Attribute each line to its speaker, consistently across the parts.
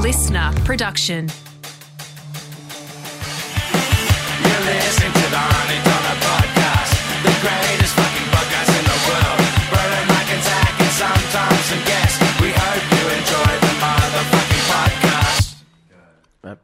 Speaker 1: listener production.
Speaker 2: You listen to the Honey Dollar Podcast, the greatest fucking podcast in the world. Brian McIntyre and Sam Thompson guest. We hope you enjoy the motherfucking podcast.
Speaker 3: Yep,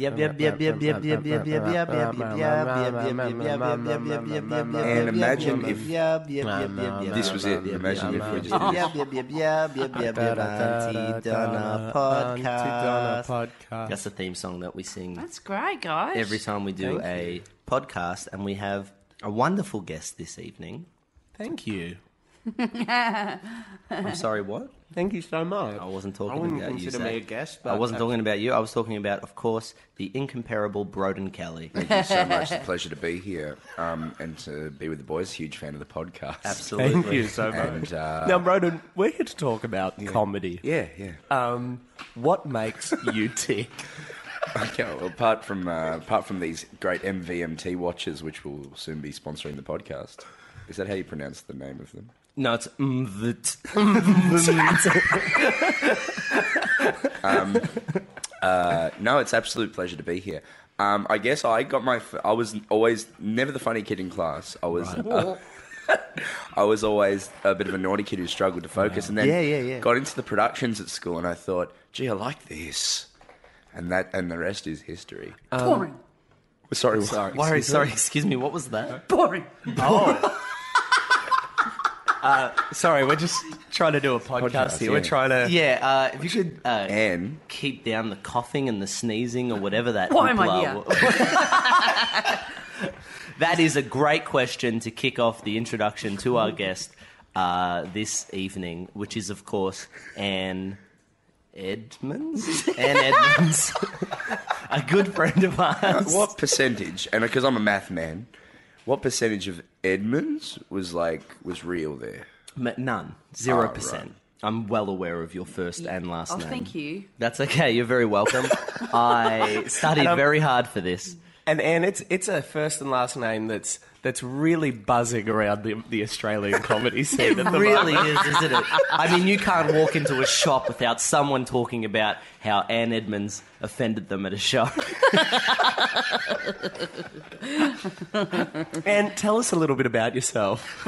Speaker 3: yep, yep, yep, yep, yep, yep, yep, yep, yep, yep, yep, yep, yep, yep, yep, yep, yep, yep, yep, yep,
Speaker 4: And
Speaker 3: yep,
Speaker 4: imagine
Speaker 3: yep,
Speaker 4: if
Speaker 3: yep, yep, yep, yep, yep,
Speaker 4: this was it.
Speaker 3: yep,
Speaker 4: Imagine
Speaker 3: yep,
Speaker 4: if we
Speaker 3: yep,
Speaker 4: just did this.
Speaker 3: yep, yep, yep, yep, yep, yep, yep, Auntie Donna podcast. That's the theme song that we sing
Speaker 1: That's great, guys.
Speaker 3: every time we do a podcast, and we have a wonderful guest this evening.
Speaker 5: Thank you.
Speaker 3: I'm sorry, what?
Speaker 5: Thank you so much.
Speaker 3: I wasn't talking
Speaker 5: I wouldn't
Speaker 3: about you.
Speaker 5: consider me
Speaker 3: Zach.
Speaker 5: a guest,
Speaker 3: I
Speaker 5: but
Speaker 3: wasn't talking about you. I was talking about, of course, the incomparable Broden Kelly.
Speaker 4: Thank you so much. It's a pleasure to be here um, and to be with the boys. Huge fan of the podcast.
Speaker 3: Absolutely.
Speaker 5: Thank you so much.
Speaker 4: And uh,
Speaker 5: now, Broden, we're here to talk about comedy.
Speaker 4: yeah, yeah.
Speaker 5: Um, what makes you tick?
Speaker 4: Okay, well, apart from uh, apart from these great MVMT watches, which will soon be sponsoring the podcast, is that how you pronounce the name of them?
Speaker 3: No, it's mm, mvt.
Speaker 4: No, it's absolute pleasure to be here. Um, I guess I got my. f- I was always never the funny kid in class. I was. uh, I was always a bit of a naughty kid who struggled to focus, and then
Speaker 3: Yeah, yeah, yeah.
Speaker 4: got into the productions at school, and I thought, gee, I like this, and that, and the rest is history.
Speaker 6: Boring.
Speaker 4: sorry,
Speaker 3: Sorry, sorry, sorry, excuse me. What was that?
Speaker 6: Boring.
Speaker 5: Sorry, we're just trying to do a podcast,
Speaker 4: Podcast,
Speaker 5: here.
Speaker 4: yeah.
Speaker 5: We're trying to.
Speaker 3: Yeah, uh, if you could uh,
Speaker 4: And
Speaker 3: keep down the coughing and the sneezing or whatever that.
Speaker 6: Why am I
Speaker 3: hoopla wa- that is a great question to kick off the introduction to our guest uh, this evening, which is of course Anne Edmonds. Anne Edmonds, a good friend of ours.
Speaker 4: what percentage? And because I'm a math man, what percentage of Edmonds was like was real there?
Speaker 3: M- None. Zero
Speaker 4: right.
Speaker 3: percent. I'm well aware of your first and last
Speaker 6: Oh,
Speaker 3: name.
Speaker 6: thank you.
Speaker 3: That's okay. You're very welcome. I studied very hard for this.
Speaker 5: And and it's it's a first and last name that's that's really buzzing around the, the Australian comedy scene. at the
Speaker 3: Really
Speaker 5: moment.
Speaker 3: is, isn't it? I mean, you can't walk into a shop without someone talking about how Anne Edmonds offended them at a show.
Speaker 5: And tell us a little bit about yourself.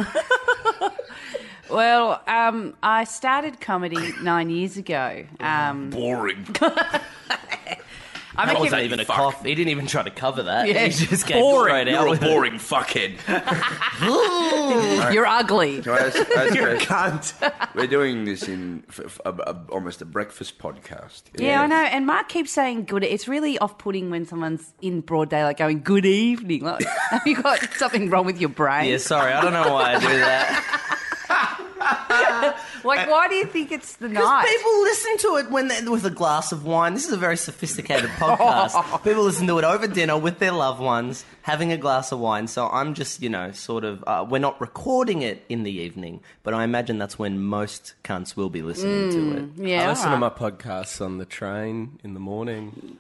Speaker 6: Well, um, I started comedy nine years ago. Um,
Speaker 4: Boring.
Speaker 6: I'm
Speaker 3: That
Speaker 6: a
Speaker 3: wasn't
Speaker 6: com-
Speaker 3: even a cough. He didn't even try to cover that.
Speaker 6: Yeah.
Speaker 3: He just came
Speaker 4: boring.
Speaker 3: straight out
Speaker 4: You're a
Speaker 3: with it.
Speaker 4: boring fuckhead.
Speaker 6: You're ugly.
Speaker 4: Can I ask- ask
Speaker 5: You're a
Speaker 4: a-
Speaker 5: cunt.
Speaker 4: We're doing this in f- f- a, a, almost a breakfast podcast.
Speaker 6: Yeah, I know. And Mark keeps saying good. It's really off-putting when someone's in broad daylight going good evening. Like, have you got something wrong with your brain?
Speaker 3: Yeah, sorry. I don't know why I do that.
Speaker 6: Like, why do you think it's the
Speaker 3: Because
Speaker 6: night?
Speaker 3: people listen to it when they're with a glass of wine. This is a very sophisticated podcast. people listen to it over dinner with their loved ones, having a glass of wine. So I'm just, you know, sort of. Uh, we're not recording it in the evening, but I imagine that's when most cunts will be listening to it.
Speaker 6: yeah,
Speaker 5: I listen to
Speaker 6: alright.
Speaker 5: my podcasts on the train in the morning.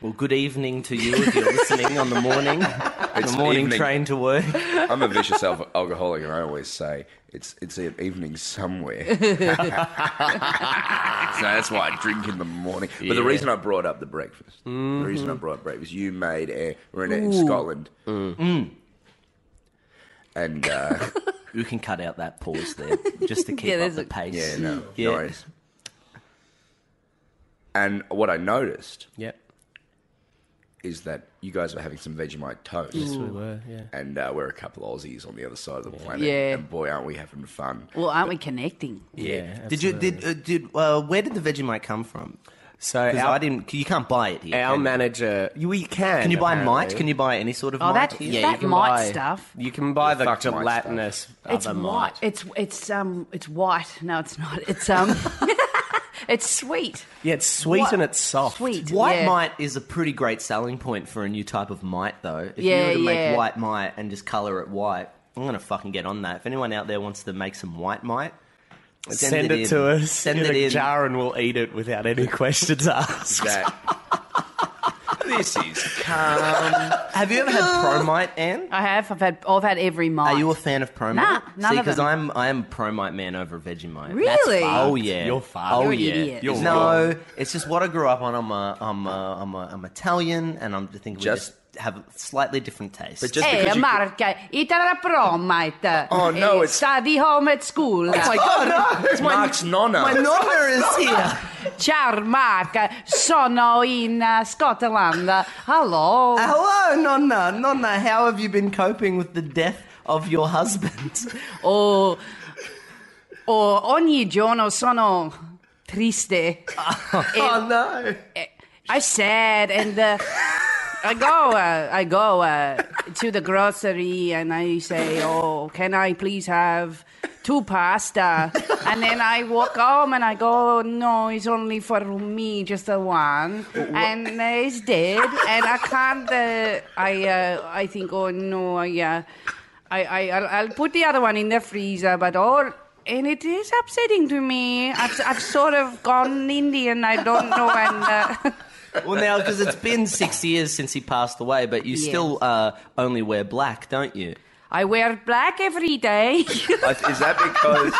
Speaker 3: Well, good evening to you if you're listening on the morning, the
Speaker 4: It's
Speaker 3: morning
Speaker 4: evening.
Speaker 3: train to work.
Speaker 4: I'm a vicious al- alcoholic, and I always say it's it's an evening somewhere. so that's why I drink in the morning. But the
Speaker 3: Yeah.
Speaker 4: reason I brought up the breakfast, the reason I brought up breakfast, you made a we're in, in Scotland, Mm. and uh,
Speaker 3: You can cut out that pause there just to keep
Speaker 6: Yeah,
Speaker 3: up
Speaker 6: there's
Speaker 3: the
Speaker 6: a-
Speaker 3: pace.
Speaker 4: yeah, no,
Speaker 3: Yeah.
Speaker 4: no worries. And what I noticed
Speaker 5: Yep.
Speaker 4: is that you guys were having some Vegemite toast.
Speaker 5: We were, yeah.
Speaker 4: and uh, we're a couple of Aussies on the other side of the planet.
Speaker 6: Yeah.
Speaker 4: And boy, aren't we having fun.
Speaker 6: Well, aren't we connecting?
Speaker 5: Yeah,
Speaker 3: Did you did uh, did uh, where did the Vegemite come from?
Speaker 5: So
Speaker 3: Because
Speaker 5: our,
Speaker 3: I didn't. You can't buy it here.
Speaker 5: our
Speaker 3: can you?
Speaker 5: manager, you, we can.
Speaker 3: Can you buy mite?
Speaker 5: apparently.
Speaker 3: Can you buy any sort of
Speaker 6: Oh,
Speaker 3: mite?
Speaker 6: that
Speaker 3: here?
Speaker 6: yeah, that mite stuff.
Speaker 5: You can buy the
Speaker 4: Fuck mite
Speaker 5: gelatinous. Other
Speaker 6: It's white.
Speaker 5: mite.
Speaker 6: It's it's um it's white. No, it's not. It's um it's sweet.
Speaker 5: Yeah, it's sweet
Speaker 6: What-
Speaker 5: and it's soft.
Speaker 6: Sweet.
Speaker 3: White
Speaker 6: yeah.
Speaker 3: mite is a pretty great selling point for a new type of mite, though. If you
Speaker 6: Yeah,
Speaker 3: were to
Speaker 6: yeah.
Speaker 3: make white mite and just color it white, I'm gonna fucking get on that. If anyone out there wants to make some white mite, send,
Speaker 5: Send, it,
Speaker 3: in.
Speaker 5: to us.
Speaker 3: Send
Speaker 5: in
Speaker 3: it
Speaker 5: a
Speaker 3: in.
Speaker 5: jar, and we'll eat it without any questions asked.
Speaker 4: That This is calm.
Speaker 3: Have you ever had Promite, Anne?
Speaker 6: I have. I've had. I've had every mite.
Speaker 3: Are you a fan of Promite?
Speaker 6: Nah, none
Speaker 3: See,
Speaker 6: of
Speaker 3: because
Speaker 6: them.
Speaker 3: I'm I'm a Promite man over a Vegemite.
Speaker 6: Really?
Speaker 3: oh yeah.
Speaker 5: You're fucked.
Speaker 3: Oh
Speaker 6: You're an
Speaker 3: yeah.
Speaker 6: idiot. You're
Speaker 3: no, it's just what I grew up on. I'm a, I'm a, I'm a, I'm Italian, and I'm I think we just,
Speaker 4: Just-
Speaker 3: have a slightly different taste.
Speaker 4: But just
Speaker 6: Hey,
Speaker 4: because you,
Speaker 6: Marca, Italian Promite.
Speaker 4: Oh, no,
Speaker 6: Eh,
Speaker 4: it's-
Speaker 6: Study home at school.
Speaker 3: oh my god, no! It's my,
Speaker 4: Mark's nonna.
Speaker 3: my nonna is here.
Speaker 6: Ciao, Marca. Sono in uh, Scotland. Hello.
Speaker 4: Ah.
Speaker 3: Hello, nonna, nonna. How have you been coping with the death of your husband?
Speaker 6: Oh, oh, ogni giorno sono triste.
Speaker 3: oh no.
Speaker 6: I sad and uh, I go uh, I go uh, to the grocery and I say, "Oh, can I please have two pasta?" And then I walk home and I go, "No, it's only for me, just the one." And uh, it's dead and I can't uh, I uh, I think, "Oh no, I uh, I, I I'll, I'll put the other one in the freezer, but all and it is upsetting to me. I've, I've sort of gone Indian. I don't know, and uh,
Speaker 3: Well, now because it's been six years since he passed away, but you
Speaker 6: Yes.
Speaker 3: still uh, only wear black, don't you?
Speaker 6: I wear black every day.
Speaker 4: I- Uh, is that because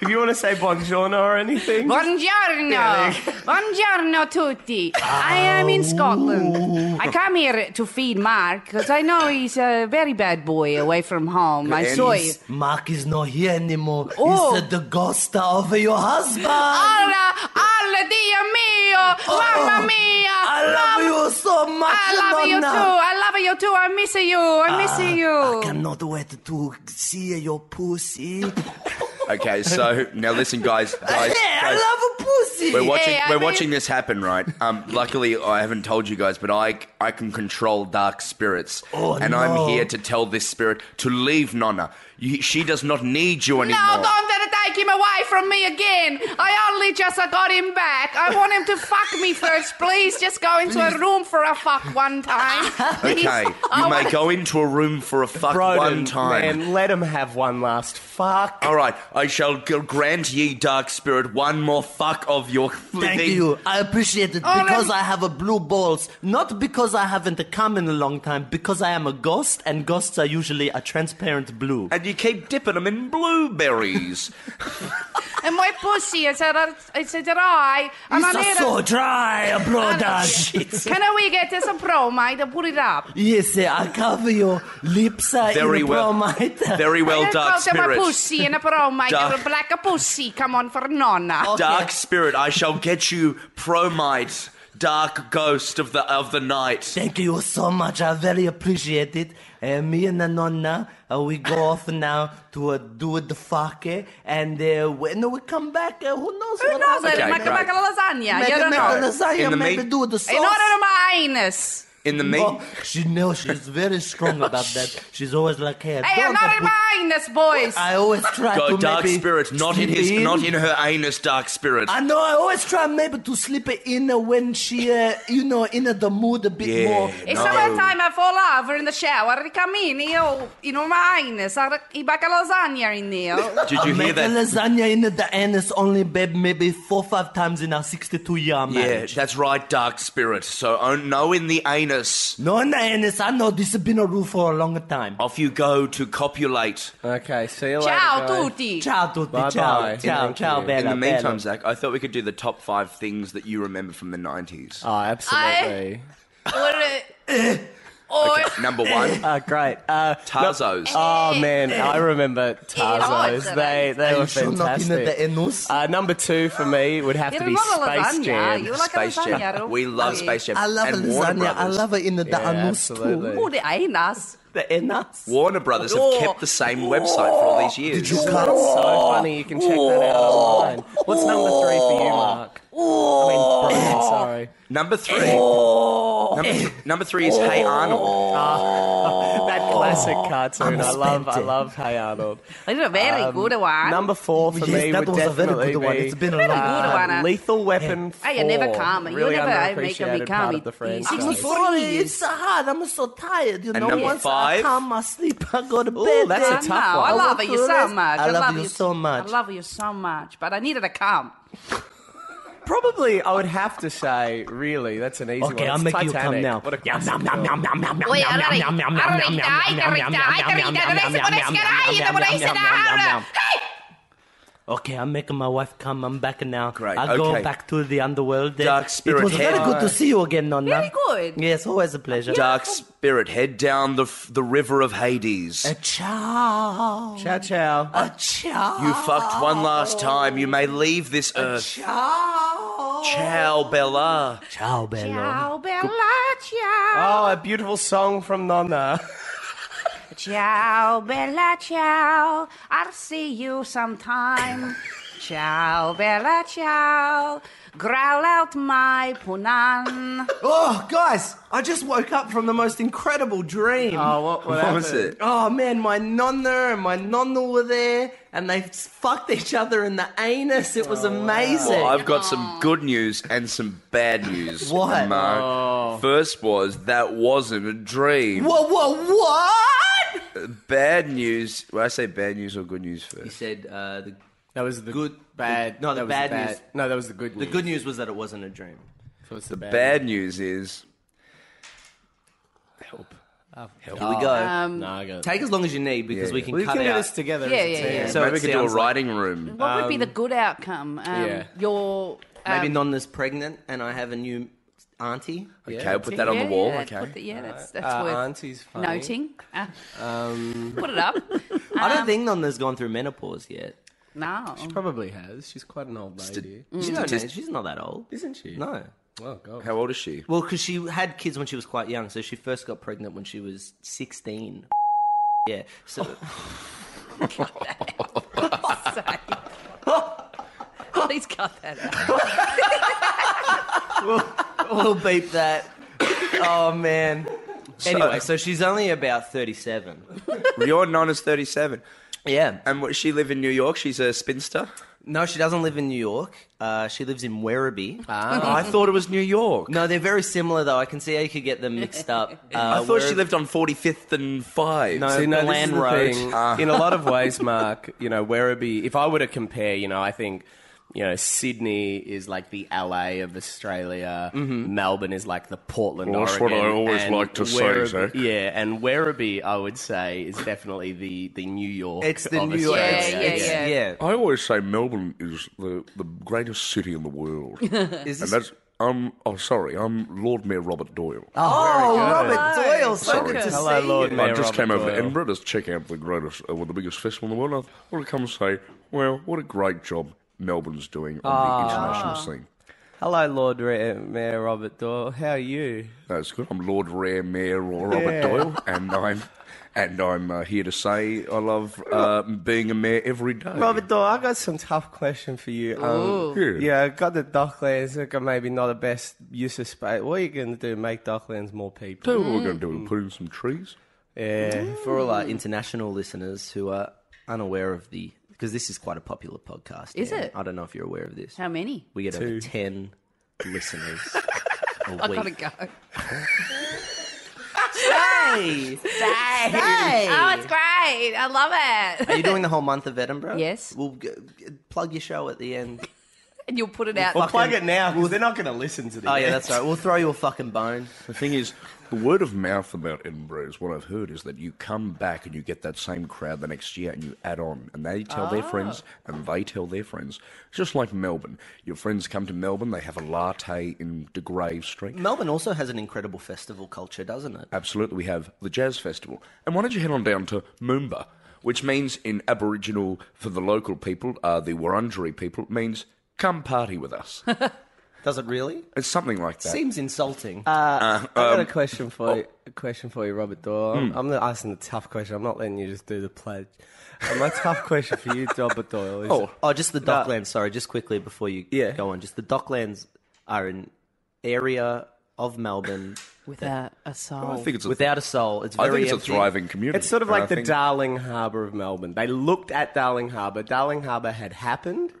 Speaker 5: If you want to say buongiorno or anything,
Speaker 6: Buongiorno. Buongiorno tutti. I am in Scotland. I come here to feed Mark because I know he's a very bad boy away from home. I
Speaker 4: And
Speaker 6: saw you.
Speaker 4: he's-
Speaker 3: Mark is not here anymore.
Speaker 6: Oh. Ah,
Speaker 3: He's uh, the ghost of your husband.
Speaker 6: Alla, alla, Dio mio. Mamma mia.
Speaker 3: I love you so much,
Speaker 6: I love you too.
Speaker 3: Nonna.
Speaker 6: I love you too. I miss you. I miss you.
Speaker 3: I cannot wait to see your pussy. hey,
Speaker 4: Okay, so now listen, guys. guys,
Speaker 3: I
Speaker 4: guys,
Speaker 3: love a pussy.
Speaker 4: we're watching.
Speaker 6: Hey, I
Speaker 4: we're
Speaker 6: mean-
Speaker 4: watching this happen, right? Um, luckily, I haven't told you guys, but I I can control dark spirits,
Speaker 3: Oh,
Speaker 4: and
Speaker 3: no.
Speaker 4: I'm here to tell this spirit to leave Nonna. You, she does not need you anymore.
Speaker 6: No, don't let it take him away from me again. I only just uh, got him back. I want him to fuck me first, please. Just go into a room for a fuck one time. Please. Oh,
Speaker 4: Okay, you
Speaker 6: I
Speaker 4: may
Speaker 6: want-
Speaker 4: go into a room for a fuck
Speaker 5: Broden,
Speaker 4: one time.
Speaker 5: man, let him have one last fuck.
Speaker 4: All right, I shall g- grant ye, dark spirit, one more fuck of your.
Speaker 3: Thank
Speaker 4: thing.
Speaker 3: you. I appreciate it
Speaker 6: Oh,
Speaker 3: because
Speaker 6: let
Speaker 3: I have a blue balls. Not because I haven't come in a long time, because I am a ghost and ghosts are usually a transparent blue.
Speaker 4: And you keep dipping them in blueberries.
Speaker 6: And my pussy uh, is a, it's a dry. And I need
Speaker 3: It's so
Speaker 6: a,
Speaker 3: dry, brother. Shit.
Speaker 6: can we get this a promite and put it up?
Speaker 3: Yes, eh, I cover your lips uh,
Speaker 4: Very
Speaker 3: in
Speaker 4: well.
Speaker 3: bromide.
Speaker 4: Very well,
Speaker 6: Let's
Speaker 4: dark
Speaker 6: go to my
Speaker 4: spirit.
Speaker 6: pussy and a promite
Speaker 4: Dark-
Speaker 6: or a black pussy. Come on for nonna.
Speaker 4: Dark spirit, I shall get you, promite, dark ghost of the of the night.
Speaker 3: Thank you so much. I very appreciate it. Uh, me and the nonna, uh, we go
Speaker 4: Ah.
Speaker 3: off now to uh, do the fuck, eh, and uh, when we come back, uh, who knows
Speaker 6: Who
Speaker 3: what
Speaker 6: knows?
Speaker 3: happens.
Speaker 6: It
Speaker 4: Okay,
Speaker 6: might come
Speaker 4: right.
Speaker 6: back a lasagna.
Speaker 3: Maybe
Speaker 6: You don't
Speaker 3: make
Speaker 6: know.
Speaker 3: the lasagna,
Speaker 4: In the
Speaker 3: maybe
Speaker 4: meat-
Speaker 3: do the
Speaker 6: In order
Speaker 3: sauce.
Speaker 6: to my anus.
Speaker 4: In the meat,
Speaker 3: Oh, she knows she's very strong about that. She's always like, hey,
Speaker 6: Hey,
Speaker 3: don't
Speaker 6: I'm not
Speaker 3: put-
Speaker 6: in my anus, boys.
Speaker 3: I always try
Speaker 4: go
Speaker 3: to
Speaker 4: dark
Speaker 3: maybe
Speaker 4: spirit, not in
Speaker 3: slip
Speaker 4: his, not in her anus, dark spirit.
Speaker 3: I know. I always try maybe to slip it in uh, when she, uh, you know, in uh, the mood a bit
Speaker 4: Yeah.
Speaker 3: more.
Speaker 6: It's
Speaker 4: No.
Speaker 6: summertime, I fall over in the shower, I come in, io, in my anus, I I bake a lasagna in there.
Speaker 4: Did you hear
Speaker 3: Make a
Speaker 4: that?
Speaker 3: lasagna in the anus only, babe, maybe four, five times in our 62 year
Speaker 4: Yeah,
Speaker 3: marriage.
Speaker 4: that's right, dark spirit. So oh, no, in the anus.
Speaker 3: no, in the anus, I know this has been a rule for a long time.
Speaker 4: Off you go to copulate.
Speaker 5: Okay, see you
Speaker 6: Ciao
Speaker 5: later. guys.
Speaker 6: tutti!
Speaker 3: Ciao, tutti,
Speaker 5: Bye-bye.
Speaker 3: ciao, ciao,
Speaker 5: Thank
Speaker 3: ciao,
Speaker 5: you.
Speaker 3: bella,
Speaker 4: In the meantime,
Speaker 3: bella.
Speaker 4: Zach, I thought we could do the top five things that you remember from the nineties.
Speaker 5: Oh, absolutely.
Speaker 6: Or, uh, or
Speaker 4: Number one,
Speaker 5: Oh, great. Uh,
Speaker 4: Tarzos.
Speaker 5: oh man, I remember Tarzos.
Speaker 6: awesome.
Speaker 5: They they were
Speaker 3: You sure not in
Speaker 5: fantastic.
Speaker 3: the anus?
Speaker 5: Uh, number two for me would have
Speaker 6: you
Speaker 5: to be
Speaker 6: don't want a
Speaker 5: Space
Speaker 6: lasagna,
Speaker 5: Jam.
Speaker 6: you like
Speaker 4: Space
Speaker 6: a lasagna.
Speaker 4: Jam.
Speaker 6: don't
Speaker 4: We love
Speaker 6: you?
Speaker 4: Space Jam.
Speaker 3: I love a
Speaker 4: and Warner
Speaker 3: lasagna. I
Speaker 4: Brothers.
Speaker 3: love it in the
Speaker 5: Yeah,
Speaker 3: anus
Speaker 5: absolutely.
Speaker 3: too.
Speaker 6: Oh, the anus.
Speaker 3: The anus.
Speaker 4: Warner Brothers have kept the same website for all these years.
Speaker 3: Did you
Speaker 5: So
Speaker 3: cut?
Speaker 5: funny, you can check that out online. What's number three for you, Mark? I mean, Brian, sorry.
Speaker 4: Number three. Number, number three is Hey Arnold.
Speaker 5: That classic
Speaker 3: I'm
Speaker 5: cartoon. I love, I
Speaker 3: spent it.
Speaker 5: love Hey Arnold.
Speaker 6: I did a very good one.
Speaker 5: Number four for
Speaker 3: Yes,
Speaker 5: me
Speaker 3: that
Speaker 5: would
Speaker 3: was a very
Speaker 5: definitely
Speaker 3: good one.
Speaker 5: be
Speaker 3: It's been a long
Speaker 6: good
Speaker 5: uh,
Speaker 6: one, uh,
Speaker 5: Lethal Weapon 4.
Speaker 6: Hey, you never calm. You
Speaker 5: Really
Speaker 6: never uh, make me
Speaker 5: underappreciated
Speaker 6: calm.
Speaker 5: part of the
Speaker 6: It- it's
Speaker 5: franchise.
Speaker 3: I'm
Speaker 6: 64
Speaker 3: sorry,
Speaker 6: years.
Speaker 3: it's so hard. I'm so tired. You
Speaker 4: And
Speaker 3: know,
Speaker 4: number
Speaker 3: once I
Speaker 4: five?
Speaker 3: come, I sleep, I go to bed.
Speaker 5: Ooh, that's a
Speaker 3: eh?
Speaker 5: tough
Speaker 6: no,
Speaker 5: one.
Speaker 6: I love
Speaker 3: I
Speaker 6: you
Speaker 3: love
Speaker 6: so
Speaker 3: you.
Speaker 6: much.
Speaker 3: I love you
Speaker 6: you
Speaker 3: so much.
Speaker 6: I love you so much, but I needed a cum.
Speaker 5: probably I would have to say, really, that's an easy one.
Speaker 3: Okay, I'll
Speaker 5: It's
Speaker 3: make you
Speaker 5: Titanic.
Speaker 3: come now.
Speaker 5: What a
Speaker 3: Yum,
Speaker 5: classic
Speaker 3: yum, yum,
Speaker 5: film.
Speaker 3: yum, yum, yum, yum,
Speaker 7: Oi,
Speaker 3: yum,
Speaker 7: allora,
Speaker 3: yum, yum, yum,
Speaker 7: allora,
Speaker 3: yum, yum,
Speaker 7: dai,
Speaker 3: yum,
Speaker 7: che
Speaker 3: yum,
Speaker 7: rida,
Speaker 3: yum,
Speaker 7: dai, che
Speaker 3: yum,
Speaker 7: rida, adesso
Speaker 3: yum, yum,
Speaker 7: vorrei
Speaker 3: yum,
Speaker 7: schiarare,
Speaker 3: yum,
Speaker 7: io vorrei
Speaker 3: yum, yum,
Speaker 7: schiarare.
Speaker 3: yum, yum. Okay, I'm making my wife come. I'm back now.
Speaker 4: Great,
Speaker 3: I go
Speaker 4: okay.
Speaker 3: back to the underworld.
Speaker 4: Dark
Speaker 3: It
Speaker 4: spirit
Speaker 3: was very
Speaker 4: head.
Speaker 3: good to see you again, Nonna.
Speaker 6: Very good.
Speaker 3: Yes, always a pleasure.
Speaker 4: Dark spirit, head down the f- the river of Hades.
Speaker 3: A Ciao.
Speaker 5: Ciao, ciao.
Speaker 3: A ciao.
Speaker 4: You fucked one last time. You may leave this earth.
Speaker 3: Ciao.
Speaker 4: Ciao, Bella.
Speaker 3: Ciao, Bello.
Speaker 6: Ciao, Bella, ciao.
Speaker 5: Oh, a beautiful song from Nonna.
Speaker 6: Ciao, Bella, ciao. I'll see you sometime. ciao, Bella, ciao. Growl out my punan.
Speaker 5: Oh, guys, I just woke up from the most incredible dream. Oh, what,
Speaker 4: What was happened? it?
Speaker 5: Oh, man, my nonna and my nonna were there, and they fucked each other in the anus. It
Speaker 3: Oh,
Speaker 5: was amazing.
Speaker 4: Well, I've got some good news and some bad news.
Speaker 5: What?
Speaker 4: Mo. First was that wasn't a dream.
Speaker 5: Whoa, whoa, what?
Speaker 4: Bad news. When I say bad news or good news first.
Speaker 3: said uh, the,
Speaker 5: That was the
Speaker 3: Good-
Speaker 5: bad.
Speaker 3: no, the
Speaker 5: that was
Speaker 3: bad news.
Speaker 5: No, that was the good news.
Speaker 3: the good news was that it wasn't a dream.
Speaker 5: So it's the bad.
Speaker 4: Bad news is help.
Speaker 3: Here we go.
Speaker 6: Um,
Speaker 5: No, I got it.
Speaker 3: Take as long as you need because
Speaker 4: Yeah,
Speaker 3: we
Speaker 4: yeah.
Speaker 3: can
Speaker 5: We
Speaker 3: cut
Speaker 5: can
Speaker 3: it
Speaker 5: do
Speaker 3: out.
Speaker 5: this together.
Speaker 6: Yeah,
Speaker 5: as a
Speaker 6: yeah,
Speaker 5: team.
Speaker 6: yeah.
Speaker 3: So
Speaker 4: Maybe we
Speaker 3: it
Speaker 4: could do a
Speaker 3: sounds like-
Speaker 4: writing room.
Speaker 6: What would be the good outcome? Um,
Speaker 5: yeah.
Speaker 6: Your.
Speaker 3: Maybe
Speaker 6: um,
Speaker 3: Nonna's pregnant and I have a new auntie.
Speaker 4: okay, I'll put that on the
Speaker 6: yeah,
Speaker 4: wall.
Speaker 6: yeah, that's
Speaker 4: okay.
Speaker 6: what the- yeah, that's, that's
Speaker 5: Uh,
Speaker 6: worth
Speaker 5: auntie's funny.
Speaker 6: noting. Uh,
Speaker 4: Um,
Speaker 6: put it up.
Speaker 3: I don't think Nonna's gone through menopause yet.
Speaker 6: No.
Speaker 5: Probably has. She's quite an old lady.
Speaker 3: She don't know, she's not that old.
Speaker 5: Isn't she?
Speaker 3: No.
Speaker 5: Oh, God.
Speaker 4: How old is she?
Speaker 3: Well, because she had kids when she was quite young, so she first got pregnant when she was 16. Yeah. So
Speaker 6: Please cut that out.
Speaker 3: we'll beep that. Oh, man. Anyway, so she's only about 37.
Speaker 4: Your nonna's 37.
Speaker 3: Yeah.
Speaker 4: And what, she live in New York. She's a spinster.
Speaker 3: Um, No, she doesn't live in New York. Uh, she lives in Werribee.
Speaker 4: I thought it was New York.
Speaker 3: Oh. No, they're very similar, though. I can see how you could get them mixed up. Uh,
Speaker 4: I thought she lived on 45th and Uh-huh. 5.
Speaker 3: No.
Speaker 5: See, no,
Speaker 3: the
Speaker 5: this
Speaker 3: land
Speaker 5: is the
Speaker 3: road.
Speaker 5: thing.
Speaker 8: Ah.
Speaker 5: In a lot of ways, Mark, you know, Werribee, if I were to compare, you know, I think, you know, Sydney is like the LA of Australia. Melbourne is like the Portland,
Speaker 8: Mm-hmm. Well, that's what
Speaker 5: Oregon.
Speaker 8: I always
Speaker 5: and
Speaker 8: like to say,
Speaker 5: Werribee-
Speaker 8: Zach.
Speaker 5: Yeah, and Werribee, I would say, is definitely the, the New York
Speaker 3: It's the
Speaker 5: of
Speaker 3: New York.
Speaker 5: Australia.
Speaker 3: it's-
Speaker 6: Yeah,
Speaker 3: it's-
Speaker 6: yeah,
Speaker 3: yeah.
Speaker 8: I always say Melbourne is the, the greatest city in the world. and
Speaker 3: Is this
Speaker 8: that's, I'm oh, sorry, I'm Lord Mayor Robert Doyle.
Speaker 3: Oh, Robert
Speaker 6: Hello.
Speaker 3: Doyle, so
Speaker 6: Sorry.
Speaker 3: good to
Speaker 5: Hello,
Speaker 3: see
Speaker 5: Lord
Speaker 3: you.
Speaker 5: Mayor
Speaker 8: I just
Speaker 5: Robert
Speaker 8: came over
Speaker 5: Doyle.
Speaker 8: to Edinburgh to check out the greatest, uh, well, the biggest festival in the world. And I want to come and say, well, what a great job Melbourne's doing on the
Speaker 5: Ah.
Speaker 8: international scene.
Speaker 5: Hello, Lord Re- Mayor Robert Doyle. How are you?
Speaker 8: That's good. I'm Lord Rare Mayor or Robert Doyle, and I'm and I'm uh, here to say I love uh, being a mayor every day.
Speaker 5: Robert Doyle, I got some tough question for you. Um,
Speaker 8: Ooh.
Speaker 5: yeah, I got the Docklands. Look, maybe not the best use of space. What are you going to do? Make Docklands more people?
Speaker 8: So what we're going to do is put in some trees.
Speaker 5: Yeah.
Speaker 3: For all our international listeners who are unaware of the, because this is quite a popular podcast.
Speaker 6: Is
Speaker 3: Ian.
Speaker 6: it?
Speaker 3: I don't know if you're aware of this.
Speaker 6: How many?
Speaker 3: We get over 10 listeners a week.
Speaker 6: I gotta go.
Speaker 3: Hey!
Speaker 6: Oh, it's great. I love
Speaker 3: Are
Speaker 6: it.
Speaker 3: you doing the whole month of Edinburgh?
Speaker 6: Yes.
Speaker 3: We'll g- g- plug your show at the end.
Speaker 6: And you'll put it out.
Speaker 5: Well, plug it now because they're not going to listen to this.
Speaker 3: Oh, yeah, that's right. We'll throw you a fucking bone.
Speaker 8: The thing is, the word of mouth about Edinburgh is what I've heard is that you come back and you get that same crowd the next year and you add on and they tell their friends and they tell their friends. It's just like Melbourne. Your friends come to Melbourne, they have a latte in De Grave Street.
Speaker 3: Melbourne also has an incredible festival culture, doesn't it?
Speaker 8: Absolutely, we have the Jazz Festival. And why don't you head on down to Moomba, which means in Aboriginal, for the local people, uh, the Wurundjeri people, means come party with us.
Speaker 3: Does it really?
Speaker 8: it's something like that.
Speaker 3: Seems insulting.
Speaker 8: Uh,
Speaker 5: I got a question for you. A question for you, Robert Doyle. I'm- I'm not asking the tough question. I'm not letting you just do the pledge. Uh, My tough question for you, Robert Doyle, is
Speaker 3: Oh, just the
Speaker 8: uh,
Speaker 3: Docklands. Sorry, just quickly before you
Speaker 5: Yeah.
Speaker 3: go on. Just the Docklands are an area of Melbourne
Speaker 6: With a, a soul.
Speaker 8: I think it's a,
Speaker 3: without a soul. It's
Speaker 8: I think
Speaker 3: very
Speaker 8: it's a
Speaker 3: empty.
Speaker 8: thriving community.
Speaker 5: It's sort of
Speaker 8: And I
Speaker 5: like the
Speaker 8: think-
Speaker 5: Darling Harbour of Melbourne. They looked at Darling Harbour. Darling Harbour had happened.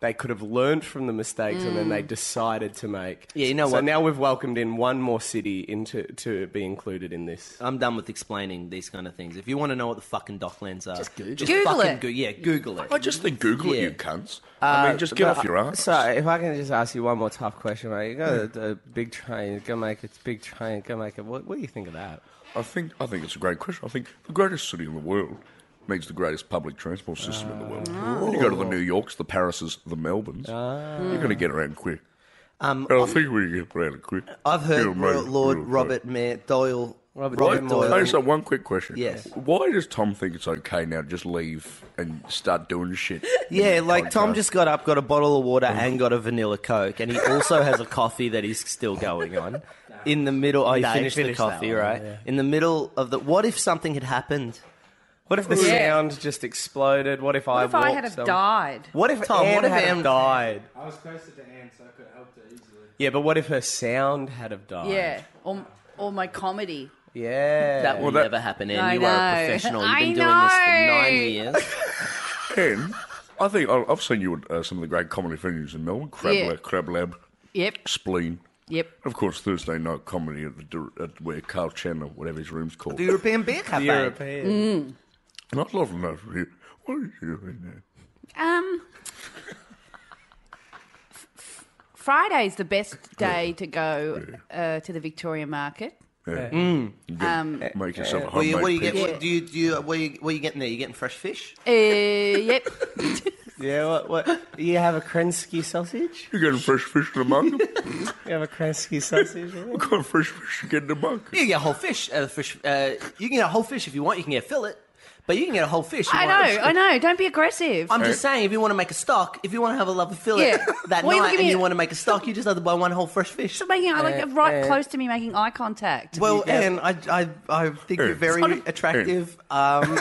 Speaker 5: They could have learned from the mistakes and then they decided to make.
Speaker 3: Yeah, you know
Speaker 5: so
Speaker 3: what?
Speaker 5: now we've welcomed in one more city into to be included in this.
Speaker 3: I'm done with explaining these kind of things. If you want to know what the fucking Docklands are, just Google,
Speaker 6: Google
Speaker 3: fucking
Speaker 6: it.
Speaker 3: Go- yeah, Google it.
Speaker 8: I just think Google it,
Speaker 3: Yeah.
Speaker 8: you cunts. I mean, just get off your ass.
Speaker 5: Uh, Sorry, if I can just ask you one more tough question, right? You got a, a big train, go make it, big train, go make it. What, what do you think of that?
Speaker 8: I think I think it's a great question. I think the greatest city in the world means the greatest public transport system in the world.
Speaker 3: Ah.
Speaker 8: You go to the New Yorks, the Parises, the Melbournes. You're going to get around quick. Um, I think we can get around quick.
Speaker 3: I've heard
Speaker 8: It'll make-
Speaker 3: Lord
Speaker 8: it'll
Speaker 3: Robert Mayor Doyle.
Speaker 5: Robert
Speaker 8: Right,
Speaker 5: Doyle.
Speaker 8: I just have one quick question.
Speaker 3: Yes.
Speaker 8: Why does Tom think it's okay now to just leave and start doing shit?
Speaker 3: Yeah, like Tom
Speaker 8: Podcast.
Speaker 3: just got up, got a bottle of water, and got a vanilla coke, and he also has a coffee that he's still going on. In the middle, oh, you
Speaker 5: No, he
Speaker 3: finished,
Speaker 5: finished
Speaker 3: the
Speaker 5: that
Speaker 3: coffee,
Speaker 5: one,
Speaker 3: right?
Speaker 5: yeah.
Speaker 3: In the middle of the, what if something had happened?
Speaker 5: What if the
Speaker 6: Yeah.
Speaker 5: sound just exploded? What if I
Speaker 6: What if I had
Speaker 5: walked
Speaker 6: have
Speaker 5: some-
Speaker 6: died?
Speaker 5: What if
Speaker 3: Tom,
Speaker 5: Anne
Speaker 3: what if
Speaker 5: had have
Speaker 3: Anne-
Speaker 5: died?
Speaker 7: I was closer to Anne, so I could have helped her easily.
Speaker 5: Yeah, but what if her sound had have died?
Speaker 6: Yeah, or, or my comedy.
Speaker 5: yeah.
Speaker 3: That will
Speaker 8: that-
Speaker 3: never happen, Anne.
Speaker 6: I
Speaker 3: you are a
Speaker 6: know.
Speaker 3: professional. You've
Speaker 6: I
Speaker 3: been doing this for
Speaker 6: know.
Speaker 3: nine years.
Speaker 8: And I think I- I've seen you at uh, some of the great comedy venues in Melbourne Crab,
Speaker 6: Yeah.
Speaker 8: Lab, Crab Lab,
Speaker 6: Yep,
Speaker 8: Spleen.
Speaker 6: yep.
Speaker 8: Of course, Thursday night comedy at, the, dir- at where Carl Chandler, whatever his room's called.
Speaker 3: The European Beer Cafe.
Speaker 5: European.
Speaker 8: And I'd love to know from you. What are you doing there?
Speaker 6: Um, f- f- Friday's the best day to go uh, to the Victoria Market.
Speaker 8: Make yourself a homemade
Speaker 3: What do Um, uh, you, what do you get?
Speaker 8: pizza.
Speaker 3: What, do you, do you, what, are you, what are you getting there? You getting fresh fish?
Speaker 6: Uh, yep.
Speaker 5: Yeah, what, what? You have a Krensky sausage?
Speaker 8: You're getting fresh fish in the market?
Speaker 5: You have a Krensky sausage?
Speaker 8: what kind of fresh fish you get in the market?
Speaker 3: You can get a whole fish. Uh, fish uh, you can get a whole fish if you want. You can get a fillet, but you can get a whole fish. if you
Speaker 6: I
Speaker 3: want.
Speaker 6: know, I know. Don't be aggressive.
Speaker 3: I'm just saying, if you want to make a stock, if you want to have a love of fillet
Speaker 6: Yeah.
Speaker 3: that
Speaker 6: Well, you
Speaker 3: night,
Speaker 6: give
Speaker 3: and
Speaker 6: me-
Speaker 3: you want to make a stock, you just have to buy one whole fresh fish.
Speaker 6: Stop making eye- like
Speaker 5: Uh,
Speaker 6: right
Speaker 5: uh,
Speaker 6: close to me, making eye contact.
Speaker 3: Well, Anne, I, I, I think you're very attractive. Um,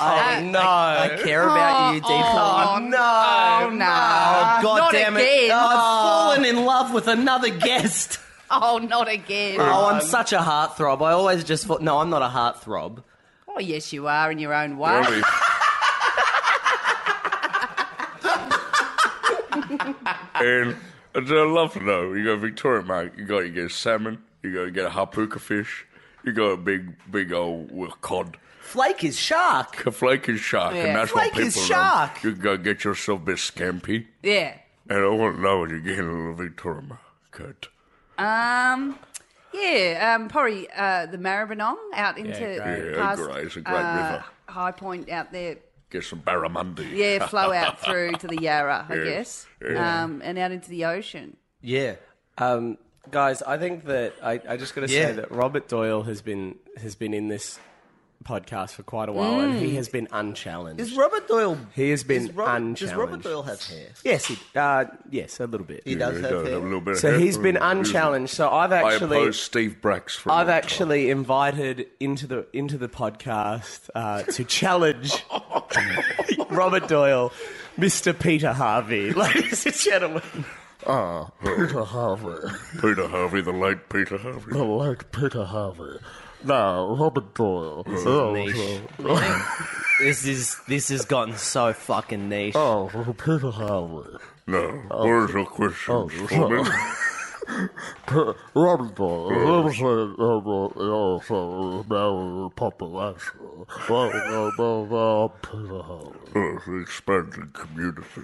Speaker 6: Uh,
Speaker 3: I,
Speaker 5: no.
Speaker 3: I, I care about you deeply. Oh, no.
Speaker 6: oh no!
Speaker 3: God
Speaker 6: not
Speaker 3: damn
Speaker 6: again!
Speaker 3: it. I've fallen in love with another guest.
Speaker 6: Oh, not again!
Speaker 3: Oh, I'm such a heartthrob. I always just thought, no, I'm not a heartthrob.
Speaker 6: Oh, yes, you are in your own way.
Speaker 8: and I'd love to know. You go Victoria Market, you go you get a salmon, you go get a harpooka fish, you go a big, big old well, cod.
Speaker 3: Flake is shark.
Speaker 8: A flake is shark,
Speaker 6: Yeah.
Speaker 8: and that's what
Speaker 3: Flake is
Speaker 8: people
Speaker 3: shark.
Speaker 8: know. You go get yourself a bit scampi,
Speaker 6: Yeah.
Speaker 8: and I want to know what you get in the Victoria Market.
Speaker 6: Um. Yeah. Um. Probably uh, the Maribyrnong out into
Speaker 5: great.
Speaker 8: Yeah,
Speaker 6: past,
Speaker 8: great. It's a great
Speaker 6: uh,
Speaker 8: river.
Speaker 6: High Point out there.
Speaker 8: Get some barramundi.
Speaker 6: Yeah, flow out through to the Yarra, I
Speaker 8: Yes,
Speaker 6: guess,
Speaker 8: yes.
Speaker 6: um, and out into the ocean.
Speaker 3: Yeah.
Speaker 5: Um, guys, I think that I, I just got to
Speaker 3: Yeah.
Speaker 5: say that Robert Doyle has been has been in this podcast for quite a while, and he has been unchallenged.
Speaker 3: Is Robert Doyle.
Speaker 5: he has been
Speaker 3: Does Robert,
Speaker 5: unchallenged.
Speaker 3: does Robert Doyle have hair?
Speaker 5: Yes, he, uh, yes, a little bit.
Speaker 3: He does
Speaker 8: Yeah,
Speaker 3: have
Speaker 8: a
Speaker 3: hair.
Speaker 8: little bit of
Speaker 5: So
Speaker 8: hair.
Speaker 5: he's been
Speaker 8: Mm, isn't it?
Speaker 5: unchallenged. So I've
Speaker 8: I
Speaker 5: actually
Speaker 8: oppose Steve Brax for a long
Speaker 5: I've
Speaker 8: time.
Speaker 5: actually invited into the into the podcast uh, to challenge Robert Doyle, Mr. Peter Harvey, ladies and gentlemen.
Speaker 9: Ah, Peter Harvey.
Speaker 8: Peter Harvey, the late Peter Harvey.
Speaker 5: Oh.
Speaker 9: The late Peter Harvey. Now, Robert Doyle.
Speaker 3: niche.
Speaker 9: Oh,
Speaker 3: This is this has gotten so fucking niche.
Speaker 9: oh, oh, Peter Harvey.
Speaker 8: No,
Speaker 5: Oh.
Speaker 8: where's your questions for me?
Speaker 9: Pe- Robert Doyle. Represented uh, also now popular. Well, uh, well, well, Peter Harvey.
Speaker 8: Oh, the expanding community.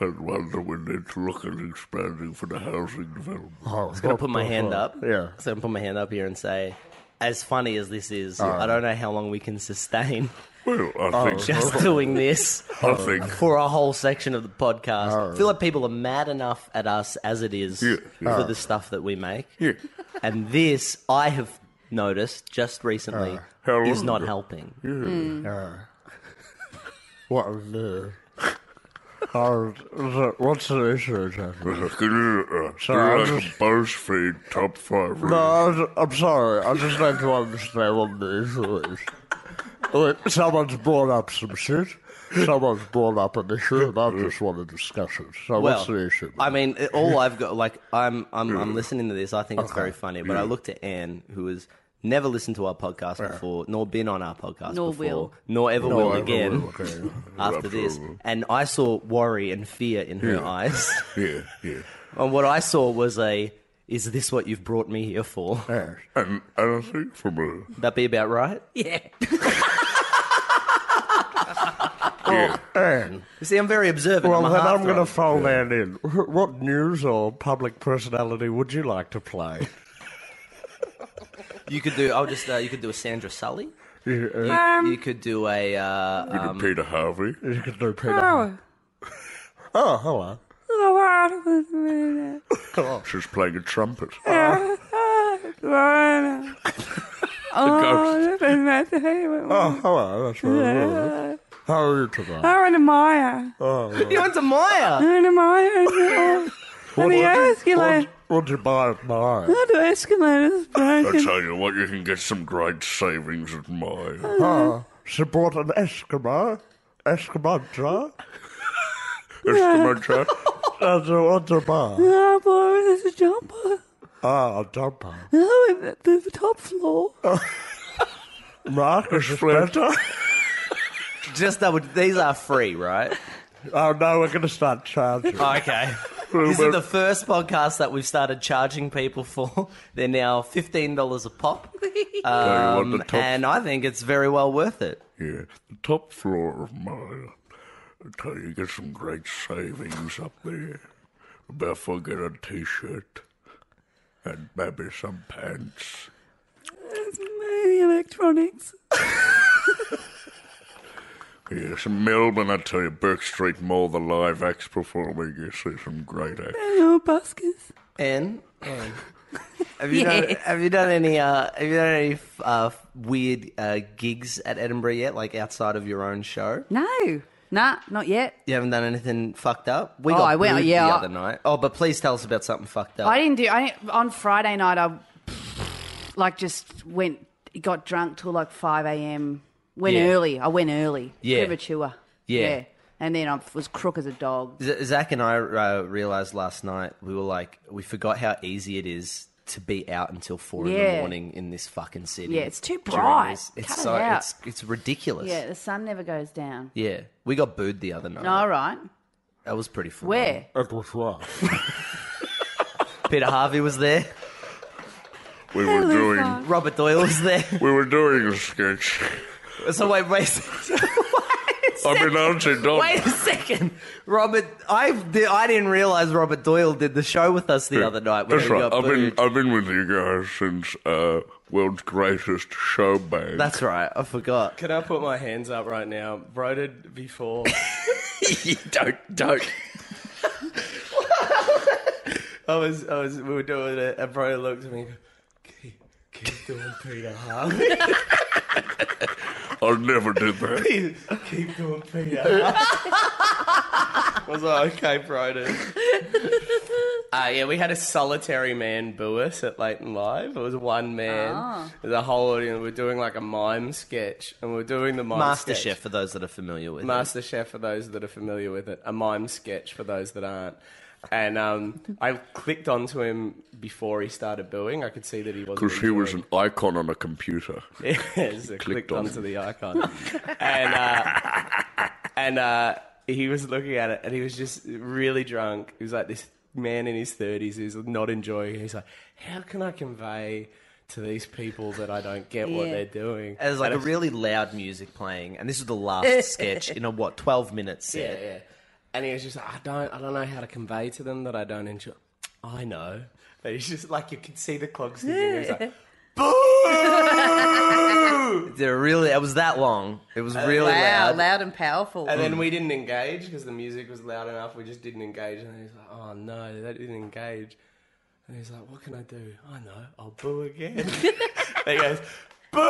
Speaker 8: And one that we need to look at expanding for the housing development.
Speaker 9: I
Speaker 5: Oh.
Speaker 9: was
Speaker 3: gonna put my hand up.
Speaker 9: oh, Yeah.
Speaker 3: So I'm gonna put my hand up here and say, as funny as this is, I don't know how long we can sustain
Speaker 8: Well, I
Speaker 5: Oh.
Speaker 8: think,
Speaker 3: just doing this
Speaker 8: I think,
Speaker 3: for a whole section of the podcast. I feel like people are mad enough at us as it is
Speaker 8: Yeah, yeah.
Speaker 3: for the stuff that we make.
Speaker 8: yeah.
Speaker 3: And this I have noticed just recently
Speaker 5: Uh.
Speaker 8: How
Speaker 3: is
Speaker 8: long
Speaker 3: not
Speaker 8: ago?
Speaker 3: helping.
Speaker 9: What is this? How's- is it- What's the issue, Jeffrey?
Speaker 8: Can you, uh,
Speaker 9: Sorry, I
Speaker 8: you're like
Speaker 9: just-
Speaker 8: a BuzzFeed top five.
Speaker 9: No,
Speaker 8: reader.
Speaker 9: I was- I'm sorry. I just need to understand what the issue is. Look, someone's brought up some shit. Someone's brought up an issue, and I just want to discuss it. So what's the issue?
Speaker 3: I mean, it- all I've got, like, I'm, I'm, I'm listening to this. I think it's very funny, but I looked at Anne, who was never listened to our podcast before, nor been on our podcast
Speaker 6: Nor
Speaker 3: before,
Speaker 6: will.
Speaker 3: nor ever will
Speaker 9: I
Speaker 3: again
Speaker 9: will, okay.
Speaker 3: after this.
Speaker 9: Absolutely.
Speaker 3: And I saw worry and fear in her eyes.
Speaker 9: Yeah, yeah.
Speaker 3: and what I saw was a, is this what you've brought me here for?
Speaker 9: And, and I think for me,
Speaker 3: that be about right?
Speaker 1: Yeah.
Speaker 9: yeah.
Speaker 3: Oh,
Speaker 9: and,
Speaker 3: You see, I'm very observant.
Speaker 9: well,
Speaker 3: I'm a
Speaker 9: then I'm
Speaker 3: heartthrob.
Speaker 9: going to fold that in. What news or public personality would you like to play?
Speaker 3: You could do. I'll just. Uh, you could do a Sandra Sully.
Speaker 9: Yeah,
Speaker 3: You, you could do a. Uh,
Speaker 8: You could Peter Harvey.
Speaker 9: you could do Peter. Oh, hello.
Speaker 8: She's playing a trumpet.
Speaker 9: Oh, hello. That's very good. How are you today?
Speaker 10: Oh, and Amaya.
Speaker 8: Oh.
Speaker 3: you went to Maya.
Speaker 10: And Amaya.
Speaker 9: What
Speaker 10: the
Speaker 9: did-
Speaker 10: escalator.
Speaker 9: What what did you buy at mine?
Speaker 10: Oh, the escalator's
Speaker 8: I
Speaker 10: broken.
Speaker 8: tell you what, you can get some great savings at my.
Speaker 9: Ah, she bought an Eskimo. Eskimo jar.
Speaker 8: Eskimo chat.
Speaker 9: And a wonder bar.
Speaker 10: Oh, boy, there's a jumper.
Speaker 9: Ah, a dumper.
Speaker 10: Oh, and the, the, the top floor.
Speaker 9: Mark is better.
Speaker 3: Just that. would- These are free, right?
Speaker 9: Oh, no, we're going to start charging.
Speaker 3: Oh, Okay. This is the first podcast that we've started charging people for. They're now fifteen dollars a pop,
Speaker 8: Tell you what, the
Speaker 3: um,
Speaker 8: top-
Speaker 3: and I think it's very well worth it.
Speaker 8: Yeah, the top floor of mine. I tell you, you get some great savings up there. Therefore, get a t-shirt and maybe some pants.
Speaker 10: It's mainly electronics.
Speaker 8: Yes, in Melbourne, I tell you, Burke Street Mall, the live acts performing. You see some great acts.
Speaker 10: And all buskers.
Speaker 3: And have you done have you done any uh, have you done any f- uh, f- weird uh, gigs at Edinburgh yet? Like outside of your own show?
Speaker 6: No, nah, not yet.
Speaker 3: You haven't done anything fucked up? We
Speaker 6: Oh,
Speaker 3: got
Speaker 6: I went-
Speaker 3: booed
Speaker 6: yeah,
Speaker 3: the
Speaker 6: I-
Speaker 3: other night. Oh, but please tell us about something fucked up.
Speaker 6: I didn't do. I didn't, on Friday night. I like just went, got drunk till like five a.m. Went
Speaker 3: Yeah.
Speaker 6: early. I went early.
Speaker 3: Yeah.
Speaker 6: premature.
Speaker 3: Yeah.
Speaker 6: and then I was crook as a dog.
Speaker 3: Z- Zach and I uh, realized last night we were like we forgot how easy it is to be out until four in the
Speaker 6: Yeah.
Speaker 3: morning in this fucking city.
Speaker 6: Yeah, it's too
Speaker 3: during
Speaker 6: bright.
Speaker 3: this- It's
Speaker 6: Cut it
Speaker 3: so
Speaker 6: out.
Speaker 3: it's it's ridiculous.
Speaker 6: Yeah, the sun never goes down.
Speaker 3: Yeah. we got booed the other night.
Speaker 6: All right,
Speaker 3: That was pretty fun.
Speaker 6: where?
Speaker 9: It was what?
Speaker 3: Peter Harvey was there.
Speaker 8: We were doing,
Speaker 3: Robert Doyle was there.
Speaker 8: we were doing a sketch.
Speaker 3: so wait, wait.
Speaker 8: I mean, honestly, don't.
Speaker 3: Wait a second, Robert. I did, I didn't realize Robert Doyle did the show with us the other night. when
Speaker 8: That's
Speaker 3: we
Speaker 8: right.
Speaker 3: got
Speaker 8: I've been
Speaker 3: booed.
Speaker 8: I've been with you guys since uh, world's greatest showbang.
Speaker 3: That's right. I forgot.
Speaker 5: Could I put my hands up right now? Voted before.
Speaker 4: You don't, don't.
Speaker 5: I was, I was, we were doing it, and Brody looked at me. and go, Keep, keep doing Peter Harvey.
Speaker 8: I never did that.
Speaker 5: keep doing Peter. Harvey." I was like, okay, Brody. Uh, yeah, we had a solitary man boo us at Leighton Live. It was one man. The whole audience. We were doing like a mime sketch, and we were doing the mime
Speaker 3: Master
Speaker 5: sketch.
Speaker 3: Chef for those that are familiar with it.
Speaker 5: Master Chef for those that are familiar with it, a mime sketch for those that aren't. And um, I clicked onto him before he started booing. I could see that he wasn't.
Speaker 8: Because he was an
Speaker 5: enjoying
Speaker 8: icon on a computer.
Speaker 5: it. yes, I clicked,
Speaker 8: on
Speaker 5: onto the icon, and uh, and uh, he was looking at it, and he was just really drunk. He was like this man in his thirties who's not enjoying. it. He's like, how can I convey to these people that I don't get what
Speaker 6: Yeah.
Speaker 5: they're doing?
Speaker 3: There's like
Speaker 5: And
Speaker 3: a
Speaker 5: I-
Speaker 3: really loud music playing, and this was the last sketch in a what twelve minute
Speaker 5: Yeah,
Speaker 3: set.
Speaker 5: yeah. And he was just like, I don't, I don't know how to convey to them that I don't enjoy. I know. But he's just like, you could see the clogs thinking. He's like, boo!
Speaker 3: There really, it was that long. It was really
Speaker 6: Wow,
Speaker 3: loud.
Speaker 6: loud and powerful.
Speaker 5: and
Speaker 11: Mm.
Speaker 5: then we didn't engage because the music was loud enough. We just didn't engage. And he's like, oh no, they didn't engage. And he's like, what can I do? I know, I'll boo again. and he goes, boo!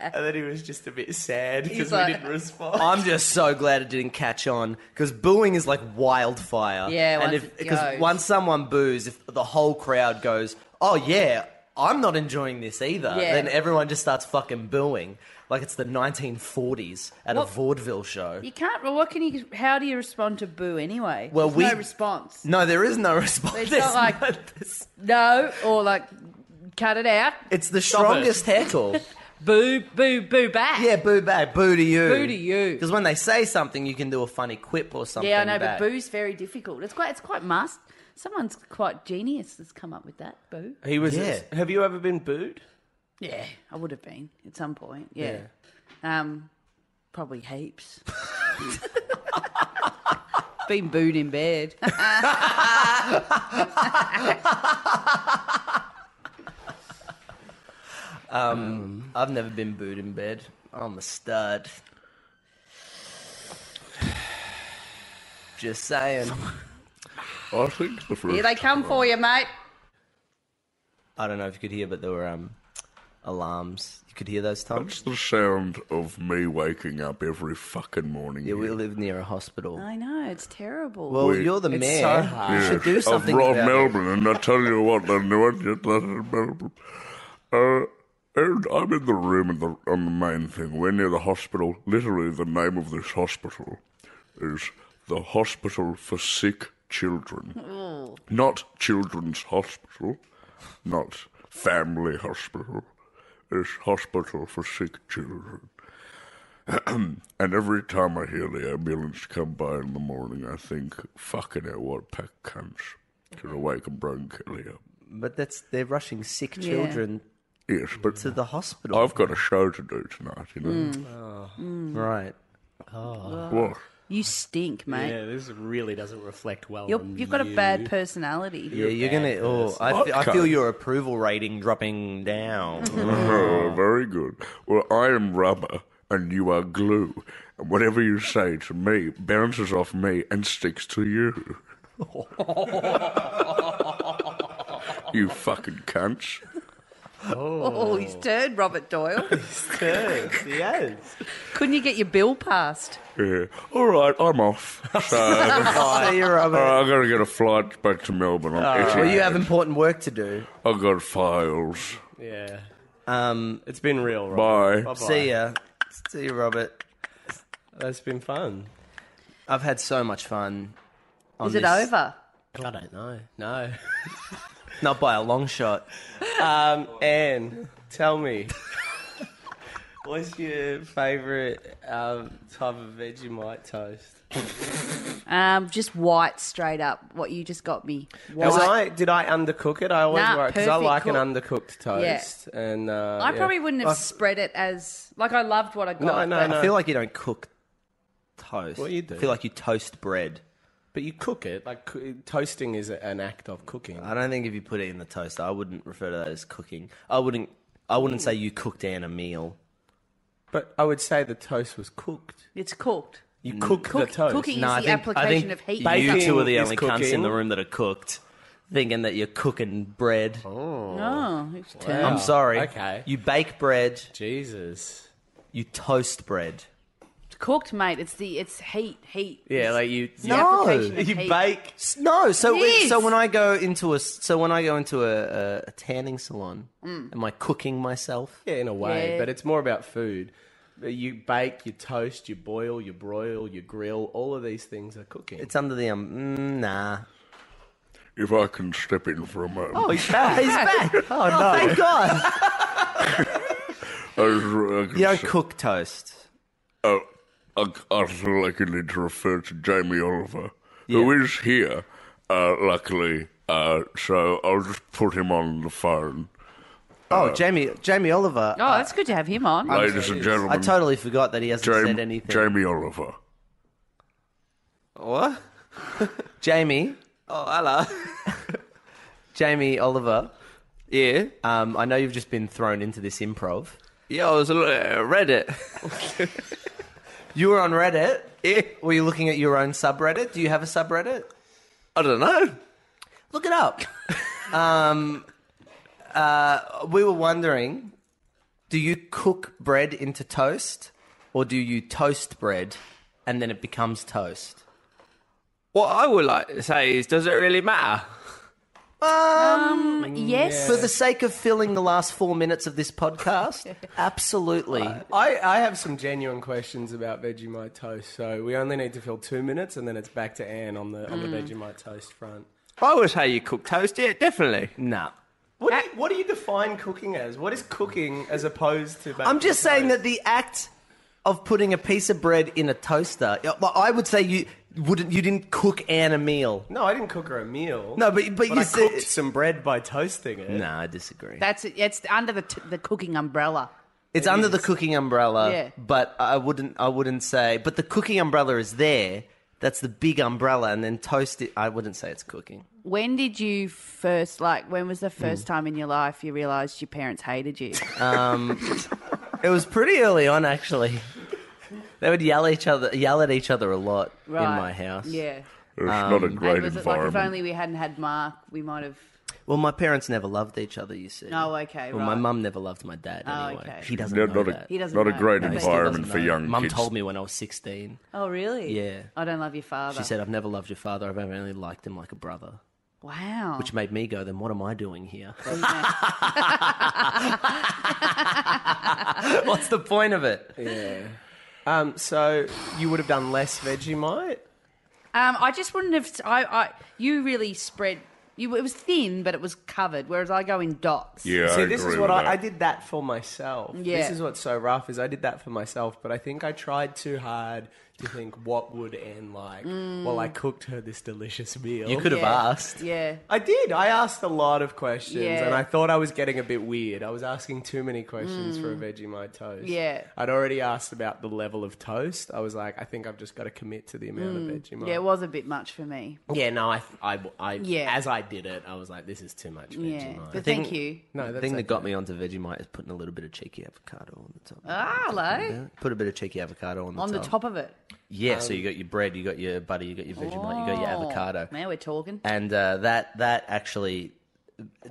Speaker 5: and then he was just a bit sad because
Speaker 6: like-
Speaker 5: we didn't respond.
Speaker 3: I'm just so glad it didn't catch on because booing is like wildfire.
Speaker 6: Yeah,
Speaker 3: and
Speaker 6: once
Speaker 3: if
Speaker 6: it
Speaker 3: because
Speaker 6: goes.
Speaker 3: once someone boos, if the whole crowd goes, "Oh yeah, I'm not enjoying this either,"
Speaker 6: Yeah.
Speaker 3: then everyone just starts fucking booing like it's the 1940s at
Speaker 6: What-
Speaker 3: a vaudeville show.
Speaker 6: You can't. Well, what can you? How do you respond to boo anyway?
Speaker 3: Well,
Speaker 6: There's
Speaker 3: we-
Speaker 6: no response.
Speaker 3: No, there is no response.
Speaker 6: It's
Speaker 3: There's
Speaker 6: not like-
Speaker 3: no- there's-
Speaker 6: No, or like
Speaker 10: cut it out.
Speaker 3: It's the
Speaker 10: Stop
Speaker 3: strongest
Speaker 10: it.
Speaker 3: heckle.
Speaker 10: boo, boo, boo back.
Speaker 3: Yeah, boo back, boo to you.
Speaker 10: Boo to you.
Speaker 3: Because when they say something, you can do a funny quip or something.
Speaker 6: yeah, I know,
Speaker 3: back.
Speaker 6: but boo's very difficult. It's quite, it's quite must. Someone's quite genius that's come up with that boo.
Speaker 5: He was.
Speaker 6: Yeah.
Speaker 5: Have you ever been booed?
Speaker 6: Yeah, I would have been at some point. Yeah, Um, probably heaps.
Speaker 10: Been booed in bed.
Speaker 3: Um, I've never been booed in bed. I'm a stud. Just saying.
Speaker 8: I think the
Speaker 10: Here they come for you, mate.
Speaker 3: I don't know if you could hear, but there were um, alarms. You could hear those, Tom?
Speaker 8: That's the sound of me waking up every fucking morning.
Speaker 3: Yeah, we live near a hospital.
Speaker 6: I know it's terrible.
Speaker 3: Well, you're the
Speaker 6: Uh, It's
Speaker 3: mayor.
Speaker 6: so
Speaker 3: You
Speaker 8: Yes,
Speaker 3: should do something
Speaker 8: I've brought
Speaker 3: about it.
Speaker 8: Melbourne, and I tell you what, I know it. Just let it Melbourne. Uh, and I'm in the room in the, on the main thing. We're near the hospital. Literally, the name of this hospital is the Hospital for Sick Children.
Speaker 12: Oh.
Speaker 8: Not Children's Hospital, not Family Hospital. It's Hospital for Sick Children. and every time I hear the ambulance come by in the morning, I think, fucking hell, what pack cunts. Can awake and bring Kelly up.
Speaker 3: But that's they're rushing sick
Speaker 8: Yeah.
Speaker 3: children.
Speaker 8: Yes, but
Speaker 3: to the hospital.
Speaker 8: I've got a show to do tonight, you know.
Speaker 10: Mm. Mm.
Speaker 3: Right.
Speaker 8: What?
Speaker 10: You stink, mate.
Speaker 11: Yeah, this really doesn't reflect well.
Speaker 6: You're,
Speaker 11: on
Speaker 6: you've got
Speaker 11: you.
Speaker 6: a bad personality.
Speaker 3: Yeah, you're gonna. Oh, I,
Speaker 8: Hot
Speaker 3: fe- I feel
Speaker 8: cunt.
Speaker 3: your approval rating dropping down.
Speaker 6: Mm-hmm.
Speaker 8: Oh, very good. Well, I am rubber and you are glue. And whatever you say to me bounces off me and sticks to you. you fucking cunts.
Speaker 10: Oh, he's turned, Robert Doyle. he's
Speaker 3: turned. Yes.
Speaker 10: Couldn't you get your bill passed?
Speaker 8: Yeah. All right, I'm off. So,
Speaker 3: See you, Robert.
Speaker 8: Uh, I've got to get a flight back to Melbourne. I'm itching.
Speaker 3: Oh. well, you have important work to do.
Speaker 8: I've got files.
Speaker 5: Yeah.
Speaker 3: Um,
Speaker 5: it's been real.
Speaker 8: Bye.
Speaker 5: Robert. Bye-bye.
Speaker 3: See ya. See you, Robert.
Speaker 5: That's been fun.
Speaker 3: I've had so much fun. on
Speaker 10: Is it
Speaker 3: this-
Speaker 10: over?
Speaker 5: I don't know. No.
Speaker 3: Not by a long shot.
Speaker 5: Um, Anne, tell me, what's your favourite um, type of Vegemite toast?
Speaker 6: Um, just white straight up. What you just got me. White.
Speaker 5: Was I, did I undercook it? I always
Speaker 6: Nah,
Speaker 5: worry because I
Speaker 6: perfect
Speaker 5: like an
Speaker 6: cook.
Speaker 5: undercooked toast. And uh,
Speaker 6: I
Speaker 5: yeah.
Speaker 6: probably wouldn't have spread it as like I loved what I got. but-
Speaker 3: I feel like you don't cook toast.
Speaker 5: Well, you do.
Speaker 3: I feel like you toast bread.
Speaker 5: But you cook it. Like co- toasting is an act of cooking.
Speaker 3: I don't think if you put it in the toaster, I wouldn't refer to that as cooking. I wouldn't. I wouldn't say you cooked Anne a meal.
Speaker 5: But I would say the toast was cooked.
Speaker 6: it's cooked.
Speaker 5: You cook,
Speaker 6: Mm. Cook-
Speaker 5: the toast.
Speaker 6: cooking is No, I the think- I application think of heat.
Speaker 3: you
Speaker 5: Baking
Speaker 3: two are the
Speaker 5: is
Speaker 3: only cunts in
Speaker 5: cooking.
Speaker 3: the room that are cooked, thinking that you're cooking bread.
Speaker 6: Oh, it's turned.
Speaker 3: I'm sorry.
Speaker 5: Okay.
Speaker 3: You bake bread.
Speaker 5: Jesus.
Speaker 3: You toast bread.
Speaker 6: It's cooked, mate. It's the it's heat, heat.
Speaker 5: Yeah, like you.
Speaker 6: the application of
Speaker 3: you
Speaker 6: heat.
Speaker 3: bake. S- No, so when,
Speaker 6: Yes.
Speaker 3: so when I go into a s- so when I go into a, a, a tanning salon,
Speaker 5: Mm.
Speaker 3: am I cooking myself?
Speaker 5: Yeah, in a way,
Speaker 3: Yeah.
Speaker 5: but it's more about food. You bake, you toast, you boil, you broil, you grill. All of these things are cooking.
Speaker 3: It's under the um. mm, Nah.
Speaker 8: If I can step in for a moment.
Speaker 3: Oh, he's back. he's back. Oh,
Speaker 8: no.
Speaker 3: Thank God.
Speaker 8: I, I can
Speaker 3: You don't cook toast.
Speaker 8: Uh, I, I feel like you need to refer to Jamie Oliver, who is here, uh, luckily. Uh, so I'll just put him on the phone.
Speaker 3: Oh,
Speaker 8: Uh,
Speaker 3: Jamie Jamie Oliver.
Speaker 6: Oh, that's good to have him on.
Speaker 8: Ladies and gentlemen.
Speaker 3: I totally forgot that he hasn't said anything.
Speaker 8: Jamie Oliver.
Speaker 3: What? Jamie. Oh, hello. Jamie Oliver. Yeah. Um, I know you've just been thrown into this improv.
Speaker 13: Yeah, I was on uh, Reddit.
Speaker 3: You were on Reddit. Yeah. Were you looking at your own subreddit? Do you have a subreddit?
Speaker 13: I don't know.
Speaker 3: Look it up. um, uh, we were wondering, do you cook bread into toast, or do you toast bread and then it becomes toast?
Speaker 13: What I would like to say is, does it really matter?
Speaker 3: Um,
Speaker 13: yes.
Speaker 3: For the sake of filling the last four minutes of this podcast, absolutely.
Speaker 5: I, I have some genuine questions about Vegemite toast, so we only need to fill two minutes, and then it's back
Speaker 3: Hmm.
Speaker 5: to Anne on the on the
Speaker 13: Mm.
Speaker 5: Vegemite toast front.
Speaker 13: I would say you cook toast, yeah, definitely.
Speaker 3: No.
Speaker 5: What do, you, what do you define cooking as? What is cooking as opposed to?
Speaker 3: I'm just saying that the act of putting a piece of bread in a toaster, yeah, well, I would say you wouldn't. You didn't cook Anne a meal.
Speaker 5: No, I didn't cook her a meal.
Speaker 3: No, but- but you
Speaker 5: I
Speaker 3: said-
Speaker 5: cooked some bread by toasting it.
Speaker 3: No, I disagree.
Speaker 6: That's it's under the t- the cooking umbrella.
Speaker 3: It's under the cooking umbrella,
Speaker 6: Yeah.
Speaker 3: but I wouldn't. I wouldn't say. But the cooking umbrella is there. That's the big umbrella, and then toast it. I wouldn't say it's cooking.
Speaker 6: When did you first like? When was the
Speaker 3: Mm.
Speaker 6: first time in your life you realised your parents hated you?
Speaker 3: Um, it was pretty early on, actually. They would yell each other, yell at each other a lot in
Speaker 6: Right.
Speaker 3: my house.
Speaker 6: Yeah.
Speaker 3: It's
Speaker 6: not a and was it like if only we hadn't had Mark, we might have.
Speaker 3: well, my parents never loved each other. You see.
Speaker 6: Oh, okay,
Speaker 3: Well, my
Speaker 6: right.
Speaker 3: mum never loved my dad.
Speaker 6: Oh,
Speaker 3: anyway.
Speaker 6: okay.
Speaker 3: He doesn't
Speaker 8: No,
Speaker 3: know
Speaker 8: not a-
Speaker 3: that.
Speaker 6: He doesn't not a know.
Speaker 8: great
Speaker 3: No, he still
Speaker 8: environment
Speaker 3: doesn't
Speaker 8: for
Speaker 3: know.
Speaker 8: young
Speaker 3: Mum
Speaker 8: kids.
Speaker 3: told me when I was sixteen.
Speaker 6: Oh, really?
Speaker 3: Yeah.
Speaker 6: I don't love your father.
Speaker 3: She said, "I've never loved your father. I've only liked him like a brother."
Speaker 6: "Wow."
Speaker 3: Which made me go, "Then what am I doing here?" What's the point of it?
Speaker 5: Yeah. Um, so you would have done less Vegemite.
Speaker 6: Um, I just wouldn't have. I, I, you really spread. You, it was thin, but it was covered. Whereas I go in dots.
Speaker 5: See, this is what I, I did that for myself.
Speaker 6: Yeah.
Speaker 5: This is what's so rough is I did that for myself, but I think I tried too hard to think what would Anne like
Speaker 6: Mm.
Speaker 5: while I cooked her this delicious meal.
Speaker 3: You could have Yeah. asked.
Speaker 6: Yeah.
Speaker 5: I did. I asked a lot of questions,
Speaker 6: Yeah.
Speaker 5: and I thought I was getting a bit weird. I was asking too many questions for a Vegemite toast.
Speaker 6: Mm. Yeah.
Speaker 5: I'd already asked about the level of toast. I was like, I think I've just got to commit to the amount
Speaker 6: Mm.
Speaker 5: of Vegemite.
Speaker 6: Yeah, it was a bit much for me.
Speaker 5: Yeah, no, I, I, I
Speaker 6: Yeah.
Speaker 5: as I did it, I was like, this is too much Vegemite.
Speaker 6: Yeah, but thank you.
Speaker 5: No,
Speaker 3: the
Speaker 5: that's
Speaker 3: thing
Speaker 5: okay.
Speaker 3: that got me onto Vegemite is putting a little bit of cheeky avocado on the top.
Speaker 6: Ah, hello.
Speaker 3: Put a bit of cheeky avocado on the
Speaker 6: On
Speaker 3: top.
Speaker 6: the top of it.
Speaker 3: Yeah, so you got your bread, you got your butter, you got your Vegemite, you got your
Speaker 6: Oh,
Speaker 3: avocado,
Speaker 6: Now we're talking.
Speaker 3: and uh, that that actually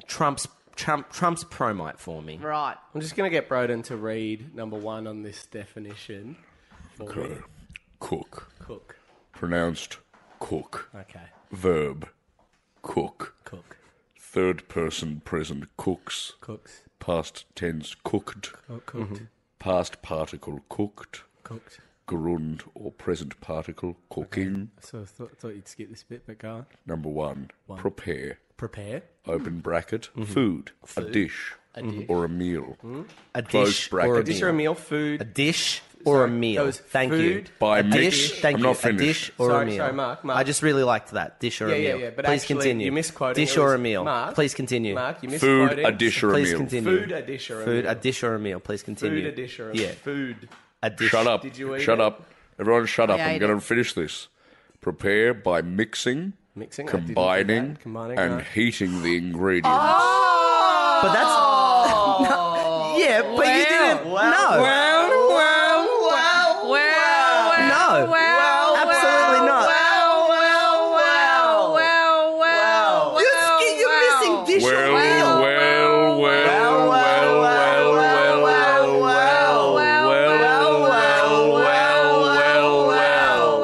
Speaker 3: trumps Trump trumps promite for me.
Speaker 6: Right.
Speaker 5: I'm just going to get Broden to read number one on this definition. For me.
Speaker 8: Okay. Cook.
Speaker 5: Cook.
Speaker 8: Pronounced cook.
Speaker 5: Okay.
Speaker 8: Verb. Cook.
Speaker 5: Cook.
Speaker 8: Third person present cooks.
Speaker 5: Cooks.
Speaker 8: Past tense cooked.
Speaker 5: Cook- cooked. Mhm.
Speaker 8: Past particle cooked.
Speaker 5: Cooked.
Speaker 8: Gerund or present particle cooking.
Speaker 5: So I thought, thought you'd skip this bit, but go on.
Speaker 8: Number one,
Speaker 5: One.
Speaker 8: Prepare.
Speaker 5: Prepare.
Speaker 8: Open bracket.
Speaker 5: Mhm.
Speaker 8: Food, A
Speaker 5: Food.
Speaker 8: dish.
Speaker 5: A dish.
Speaker 8: Or a meal.
Speaker 5: Mhm.
Speaker 3: A
Speaker 8: Close
Speaker 3: dish
Speaker 8: bracket.
Speaker 3: or a
Speaker 5: A dish or a meal, food.
Speaker 3: A dish or a meal.
Speaker 5: was
Speaker 3: Thank you.
Speaker 5: food. By
Speaker 3: a
Speaker 5: mix.
Speaker 3: dish. Thank
Speaker 5: I'm
Speaker 3: you.
Speaker 5: not
Speaker 3: A
Speaker 5: finished.
Speaker 3: dish or a
Speaker 5: Sorry,
Speaker 3: meal.
Speaker 5: sorry, Mark, Mark.
Speaker 3: I just really liked that dish or
Speaker 5: Yeah,
Speaker 3: a
Speaker 5: yeah,
Speaker 3: meal.
Speaker 5: yeah, but
Speaker 3: Please
Speaker 5: actually,
Speaker 3: continue.
Speaker 5: you misquoted.
Speaker 3: Dish
Speaker 5: It
Speaker 3: or
Speaker 5: was-
Speaker 3: a meal.
Speaker 5: Mark,
Speaker 3: Please continue.
Speaker 5: Mark, you misquoted.
Speaker 8: Food, a dish or a
Speaker 3: Please
Speaker 8: meal.
Speaker 3: continue.
Speaker 5: Food, a dish or a
Speaker 3: Food,
Speaker 5: meal.
Speaker 3: a dish or a meal. Please continue.
Speaker 5: Food, a dish or a
Speaker 3: yeah.
Speaker 5: food.
Speaker 3: A dish.
Speaker 8: Shut up.
Speaker 5: Did you eat
Speaker 8: shut
Speaker 5: it?
Speaker 8: up. Everyone shut
Speaker 5: I
Speaker 8: up. I'm
Speaker 5: ate
Speaker 8: going
Speaker 5: it.
Speaker 8: to finish this. Prepare by mixing,
Speaker 5: Mixing, I didn't do
Speaker 8: combining,
Speaker 5: that. Combining,
Speaker 8: and
Speaker 5: right. Oh!
Speaker 8: heating the ingredients.
Speaker 3: But that's. No, yeah, but you didn't. no.
Speaker 4: Well, well,
Speaker 3: well,
Speaker 4: well.
Speaker 3: No.
Speaker 4: Well,
Speaker 3: Absolutely not.
Speaker 4: Well, well, well.
Speaker 6: Well, well,
Speaker 4: well. You're, you're missing
Speaker 3: dish
Speaker 4: well,
Speaker 8: well, well, well, well, well, well, well, well, well, well, well,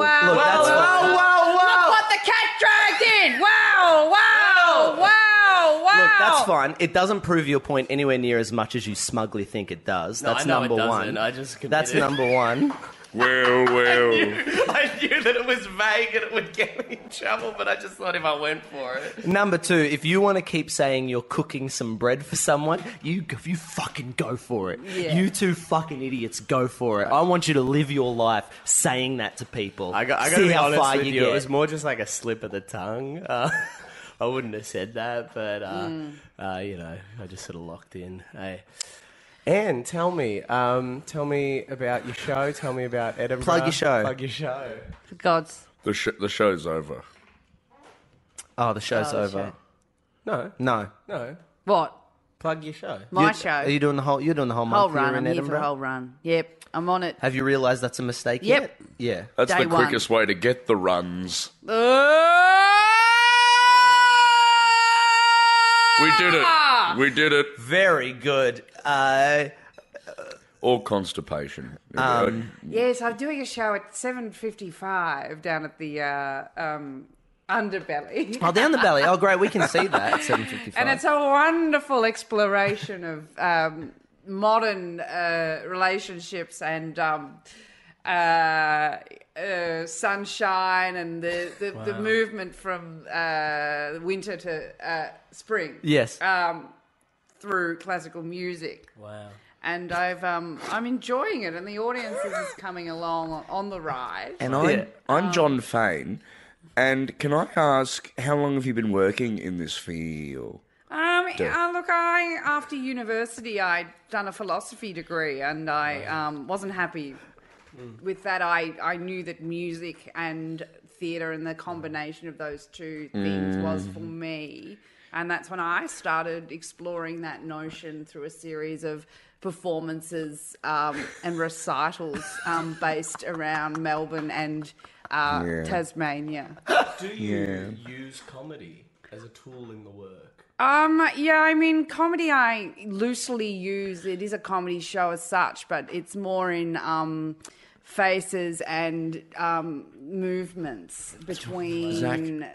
Speaker 8: well, well, well.
Speaker 3: Look, that's fine.
Speaker 6: Look what the cat dragged in! Wow! Wow! Wow! Wow!
Speaker 3: Look, that's fine. It doesn't prove your point anywhere near as much as you smugly think it does.
Speaker 14: No,
Speaker 3: That's
Speaker 14: I know
Speaker 3: number
Speaker 14: it doesn't.
Speaker 3: one.
Speaker 14: I just
Speaker 3: That's
Speaker 14: committed.
Speaker 3: number one.
Speaker 8: Well, well.
Speaker 14: I knew that it was vague and it would get me in trouble, but I just thought if I went for it.
Speaker 3: Number two, if you want to keep saying you're cooking some bread for someone, you you fucking go for it.
Speaker 14: Yeah.
Speaker 3: You two fucking idiots, go for it. I want you to live your life saying that to people.
Speaker 5: I got, I got
Speaker 3: See
Speaker 5: to be
Speaker 3: how
Speaker 5: honest
Speaker 3: far
Speaker 5: with
Speaker 3: you
Speaker 5: you.
Speaker 3: get.
Speaker 5: It was more just like a slip of the tongue. Uh, I wouldn't have said that, but uh,
Speaker 6: Hmm.
Speaker 14: Mm.
Speaker 5: uh, you know, I just sort of locked in. Hey. Anne, tell me, um, tell me about your show. Tell me about Edinburgh.
Speaker 8: Plug your show.
Speaker 5: Plug your show.
Speaker 6: God's.
Speaker 8: The sh- the show's over.
Speaker 3: oh, the show's
Speaker 5: Oh, the
Speaker 3: over.
Speaker 5: show. No,
Speaker 3: No.
Speaker 5: no.
Speaker 6: What?
Speaker 5: Plug your show.
Speaker 6: My
Speaker 3: You-
Speaker 6: show.
Speaker 3: Are you doing the whole? You're doing the whole month
Speaker 6: whole
Speaker 3: here
Speaker 6: run.
Speaker 3: in
Speaker 6: I'm here for
Speaker 3: Edinburgh.
Speaker 6: a whole run. Yep, I'm on it.
Speaker 3: Have you realised that's a mistake
Speaker 6: Yep.
Speaker 3: yet? Yeah.
Speaker 8: That's
Speaker 6: Day
Speaker 8: the
Speaker 6: one.
Speaker 8: quickest way to get the runs. We did it.
Speaker 4: Ah!
Speaker 8: We did it.
Speaker 3: Very good. Uh,
Speaker 8: or constipation.
Speaker 3: Um,
Speaker 6: Yes, I'm doing a show at 7:55 down at the uh, um, Underbelly.
Speaker 3: Oh, down the belly. Oh, great. We can see that at 7.55.
Speaker 6: and it's a wonderful exploration of um, modern uh, relationships and um, uh, uh, sunshine and the, the, the
Speaker 3: Wow.
Speaker 6: movement from uh, winter to uh, spring.
Speaker 3: Yes.
Speaker 6: Um, through classical music.
Speaker 3: Wow.
Speaker 6: And I've um, I'm enjoying it, and the audience is coming along on- on the ride.
Speaker 4: And I'm, I'm John Fain. And can I ask, how long have you been working in this field?
Speaker 6: Um,
Speaker 4: Duh.
Speaker 6: uh, look, I after university, I'd done a philosophy degree, and I um, wasn't happy with that. I, I knew that music and theatre and the combination of those two things was
Speaker 15: Mm.
Speaker 6: for me, and that's when I started exploring that notion through a series of performances um, and recitals um, based around Melbourne and uh,
Speaker 5: Yeah.
Speaker 6: Tasmania.
Speaker 5: Do you
Speaker 6: Yeah.
Speaker 5: use comedy as a tool in the work?
Speaker 6: Um, yeah, I mean, comedy I loosely use. It is a comedy show as such, but it's more in um, faces and um, movements between.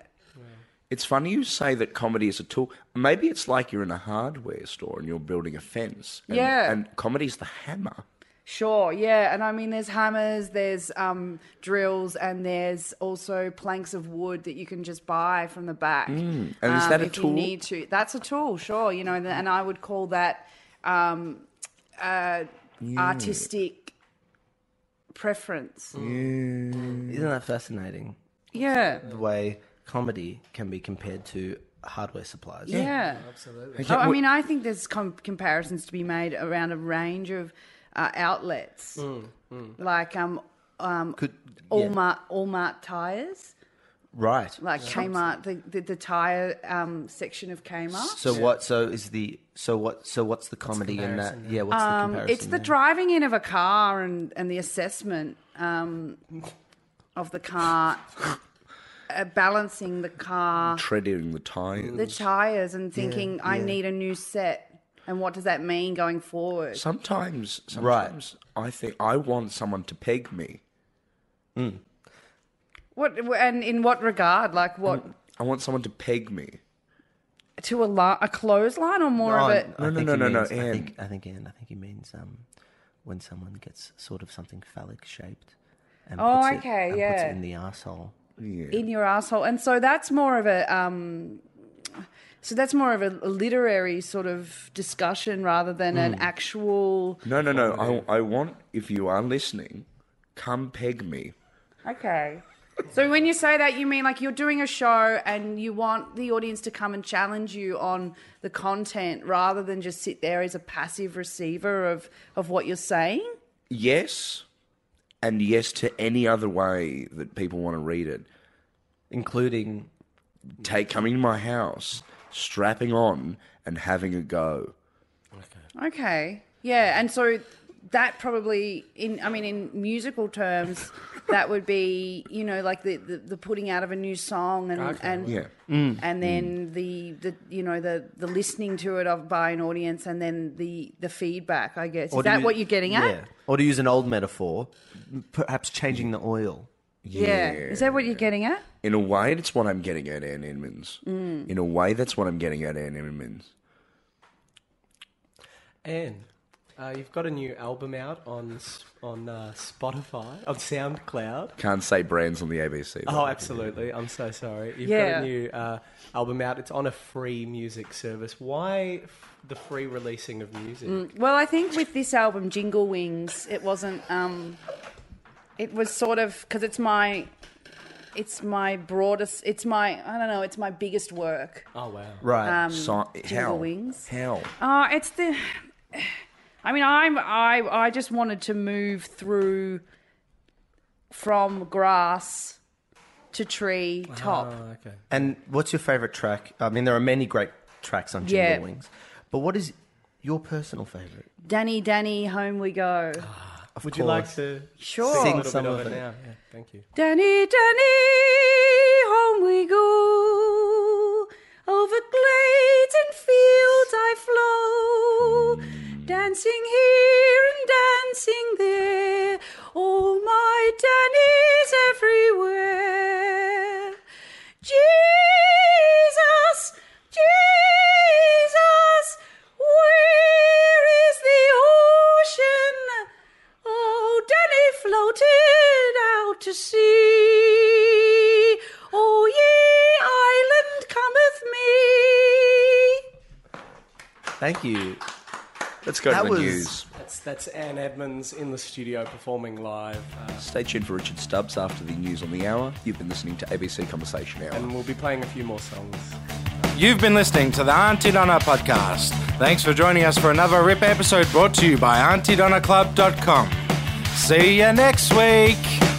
Speaker 4: It's funny you say that comedy is a tool. Maybe it's like you're in a hardware store and you're building a fence. And,
Speaker 6: Yeah.
Speaker 4: And comedy's the hammer.
Speaker 6: Sure, yeah, and I mean, there's hammers, there's um, drills, and there's also planks of wood that you can just buy from the back. Um,
Speaker 4: Mm, and is that a
Speaker 6: if
Speaker 4: tool?
Speaker 6: You need to. That's a tool, sure. You know, and, and I would call that um, uh,
Speaker 3: Yeah.
Speaker 6: artistic preference.
Speaker 3: Isn't that fascinating?
Speaker 6: Yeah.
Speaker 3: The way comedy can be compared to hardware supplies.
Speaker 6: Yeah,
Speaker 3: absolutely.
Speaker 6: Oh, I mean, I think there's com- comparisons to be made around a range of uh, outlets, like um, um,
Speaker 3: Could- yeah.
Speaker 6: Allmart, Allmart tires,
Speaker 3: right.
Speaker 6: like Kmart, the, the, the tire um, section of Kmart.
Speaker 3: So what? So is the so what? So what's the comedy in that?
Speaker 6: comparison
Speaker 3: Yeah. What's the
Speaker 6: Um,
Speaker 3: comparison?
Speaker 6: it's the
Speaker 3: there?
Speaker 6: driving in of a car and, and the assessment um, of the car, uh, balancing the car,
Speaker 4: Treading the tires.
Speaker 6: the tires, and thinking, I
Speaker 4: yeah.
Speaker 6: need a new set. And what does that mean going forward?
Speaker 4: Sometimes, sometimes I think I want someone to peg me.
Speaker 6: What and in what regard? Like what
Speaker 4: I want someone to peg me.
Speaker 6: to a li- a clothesline or more of it?
Speaker 3: I
Speaker 4: No, no,
Speaker 3: think
Speaker 4: no,
Speaker 3: he
Speaker 4: no, no,
Speaker 3: means- I
Speaker 4: Anne.
Speaker 3: think I think Anne. I think he means um, when someone gets sort of something phallic shaped. And
Speaker 6: Oh,
Speaker 3: puts it-
Speaker 6: okay,
Speaker 3: and Puts
Speaker 6: yeah.
Speaker 3: it in the arsehole.
Speaker 4: Yeah.
Speaker 6: in your asshole. And so that's more of a um, so that's more of a literary sort of discussion rather than an
Speaker 4: Mm.
Speaker 6: actual.
Speaker 4: No, no, no. I, I want, if you are listening, come peg me.
Speaker 6: Okay. So when you say that, you mean like you're doing a show and you want the audience to come and challenge you on the content rather than just sit there as a passive receiver of of what you're saying.
Speaker 4: Yes, and yes to any other way that people want to read it,
Speaker 3: including
Speaker 4: take coming to my house, strapping on, and having a go.
Speaker 6: Okay. Yeah, and so that probably in I mean in musical terms that would be, you know, like the, the, the putting out of a new song and and
Speaker 4: yeah.
Speaker 6: and then the, the you know the the listening to it of, by an audience and then the the feedback, I guess. Is
Speaker 3: do
Speaker 6: that
Speaker 3: you-
Speaker 6: what you're getting at?
Speaker 3: Yeah. Or to use an old metaphor, m- perhaps changing the oil.
Speaker 6: Is that what you're getting at?
Speaker 4: In a way, that's what I'm getting at, Ann Edmonds.
Speaker 6: Mm.
Speaker 4: In a way, that's what I'm getting at, Ann Edmonds.
Speaker 5: Anne, uh, you've got a new album out on s- on uh, Spotify, on SoundCloud.
Speaker 4: Can't say brands on the ABC.
Speaker 5: Oh,
Speaker 4: though.
Speaker 5: absolutely. I'm so sorry. You've
Speaker 6: Yeah.
Speaker 5: got a new uh, album out. It's on a free music service. Why f- the free releasing of music?
Speaker 6: Mm, well, I think with this album, Jingle Wings, it wasn't. Um, it was sort of because it's my, it's my broadest. It's my I don't know. It's my biggest work.
Speaker 5: Oh, wow.
Speaker 6: Right. Um,
Speaker 4: So-
Speaker 6: Jingle
Speaker 4: how?
Speaker 6: Wings.
Speaker 4: How?
Speaker 6: Uh, it's the. I mean, I'm I I just wanted to move through from grass to tree top.
Speaker 5: Oh, okay.
Speaker 3: And what's your favourite track? I mean, there are many great tracks on Jingle
Speaker 6: Yeah.
Speaker 3: Wings, but what is your personal favourite?
Speaker 6: Danny, Danny, home we go.
Speaker 3: Of
Speaker 5: Would you like
Speaker 3: course.
Speaker 5: to
Speaker 6: Sure.
Speaker 5: sing a
Speaker 3: Sing
Speaker 5: little
Speaker 3: some
Speaker 5: bit of,
Speaker 3: of
Speaker 5: it
Speaker 3: it.
Speaker 5: now? Yeah, thank you.
Speaker 6: Danny, Danny, home we go. Over glades and fields I flow, dancing here and dancing there. All my Danny's everywhere. Jesus, Jesus, where is the ocean? Oh, Danny floated out to sea. Oh, ye island, cometh me.
Speaker 15: Thank you.
Speaker 4: Let's go to the news.
Speaker 5: That's, that's Anne Edmonds in the studio performing live. Uh,
Speaker 4: Stay tuned for Richard Stubbs after the news on the hour. You've been listening to ABC Conversation Hour.
Speaker 5: and we'll be playing a few more songs.
Speaker 16: You've been listening to the Auntie Donna podcast. Thanks for joining us for another RIP episode brought to you by AuntieDonnaClub.com. See you next week.